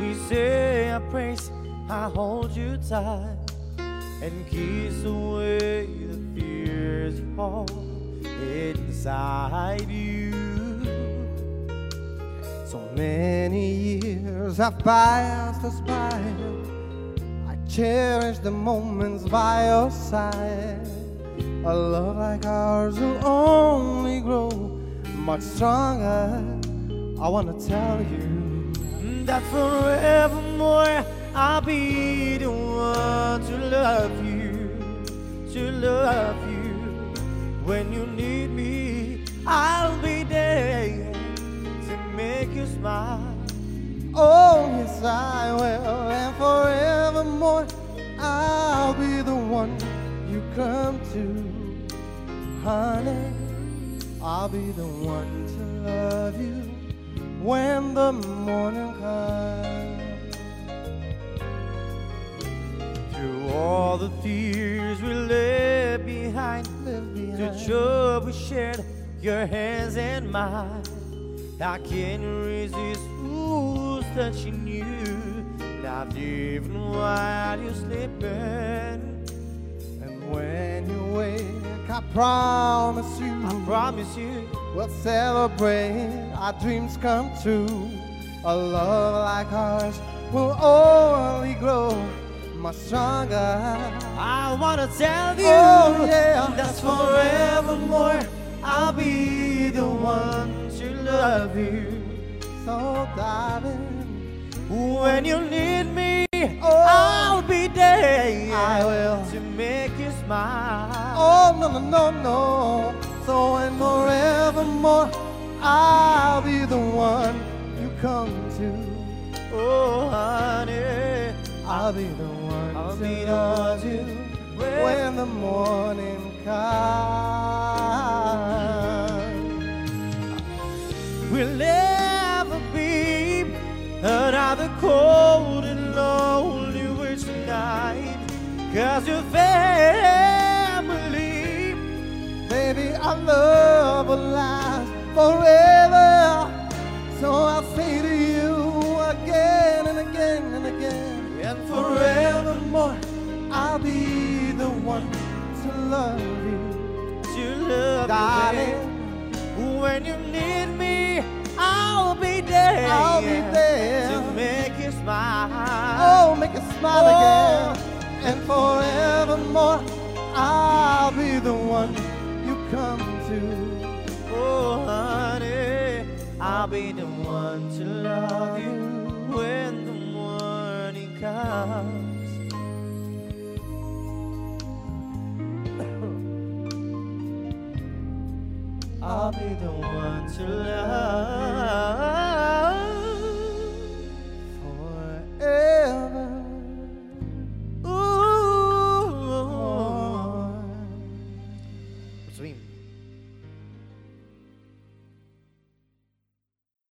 we say our prayers. I hold you tight and kiss away the fears you hold inside you.
So many years have passed us by. I cherish the moments by your side. A love like ours will only grow much stronger. I wanna tell you,
that forevermore I'll be the one to love you, to love you. When you need me, I'll be there to make you smile.
oh yes I will, and forevermore I'll be the one you come to, honey. I'll be the one to love you when the morning comes.
Through all the fears we left behind,
Live
through
behind.
trouble we shared, your hands and mine. I can't resist who's touching you. Not even while you're sleeping.
And when you wake, I promise you,
I promise you,
we'll celebrate our dreams come true. A love like ours will only grow much stronger.
I wanna tell you
Oh, yeah.
that's forevermore. I'll be the one to love you.
So darling,
When you need me,
Oh.
I'll be there
I will.
to make you smile.
Oh no no no no. So and forevermore, I'll be the one you come to.
Oh, honey,
I'll be the one
I'll
to
be the
love
one
you
when-
when the morning comes.
we'll never be another cold and lonely winter night. Cause your family
Baby, our love will last forever. So I'll say to you again and again and again.
and
forevermore I'll be the one to love you,
to love you.
darling.
babe. When you need me, I'll be there.
I'll be
to
there.
make you smile.
Oh, make us smile again, and forevermore I'll be the one you come to.
Oh, honey, I'll be the one to love you when the morning comes. <laughs> I'll be the one to love. oh,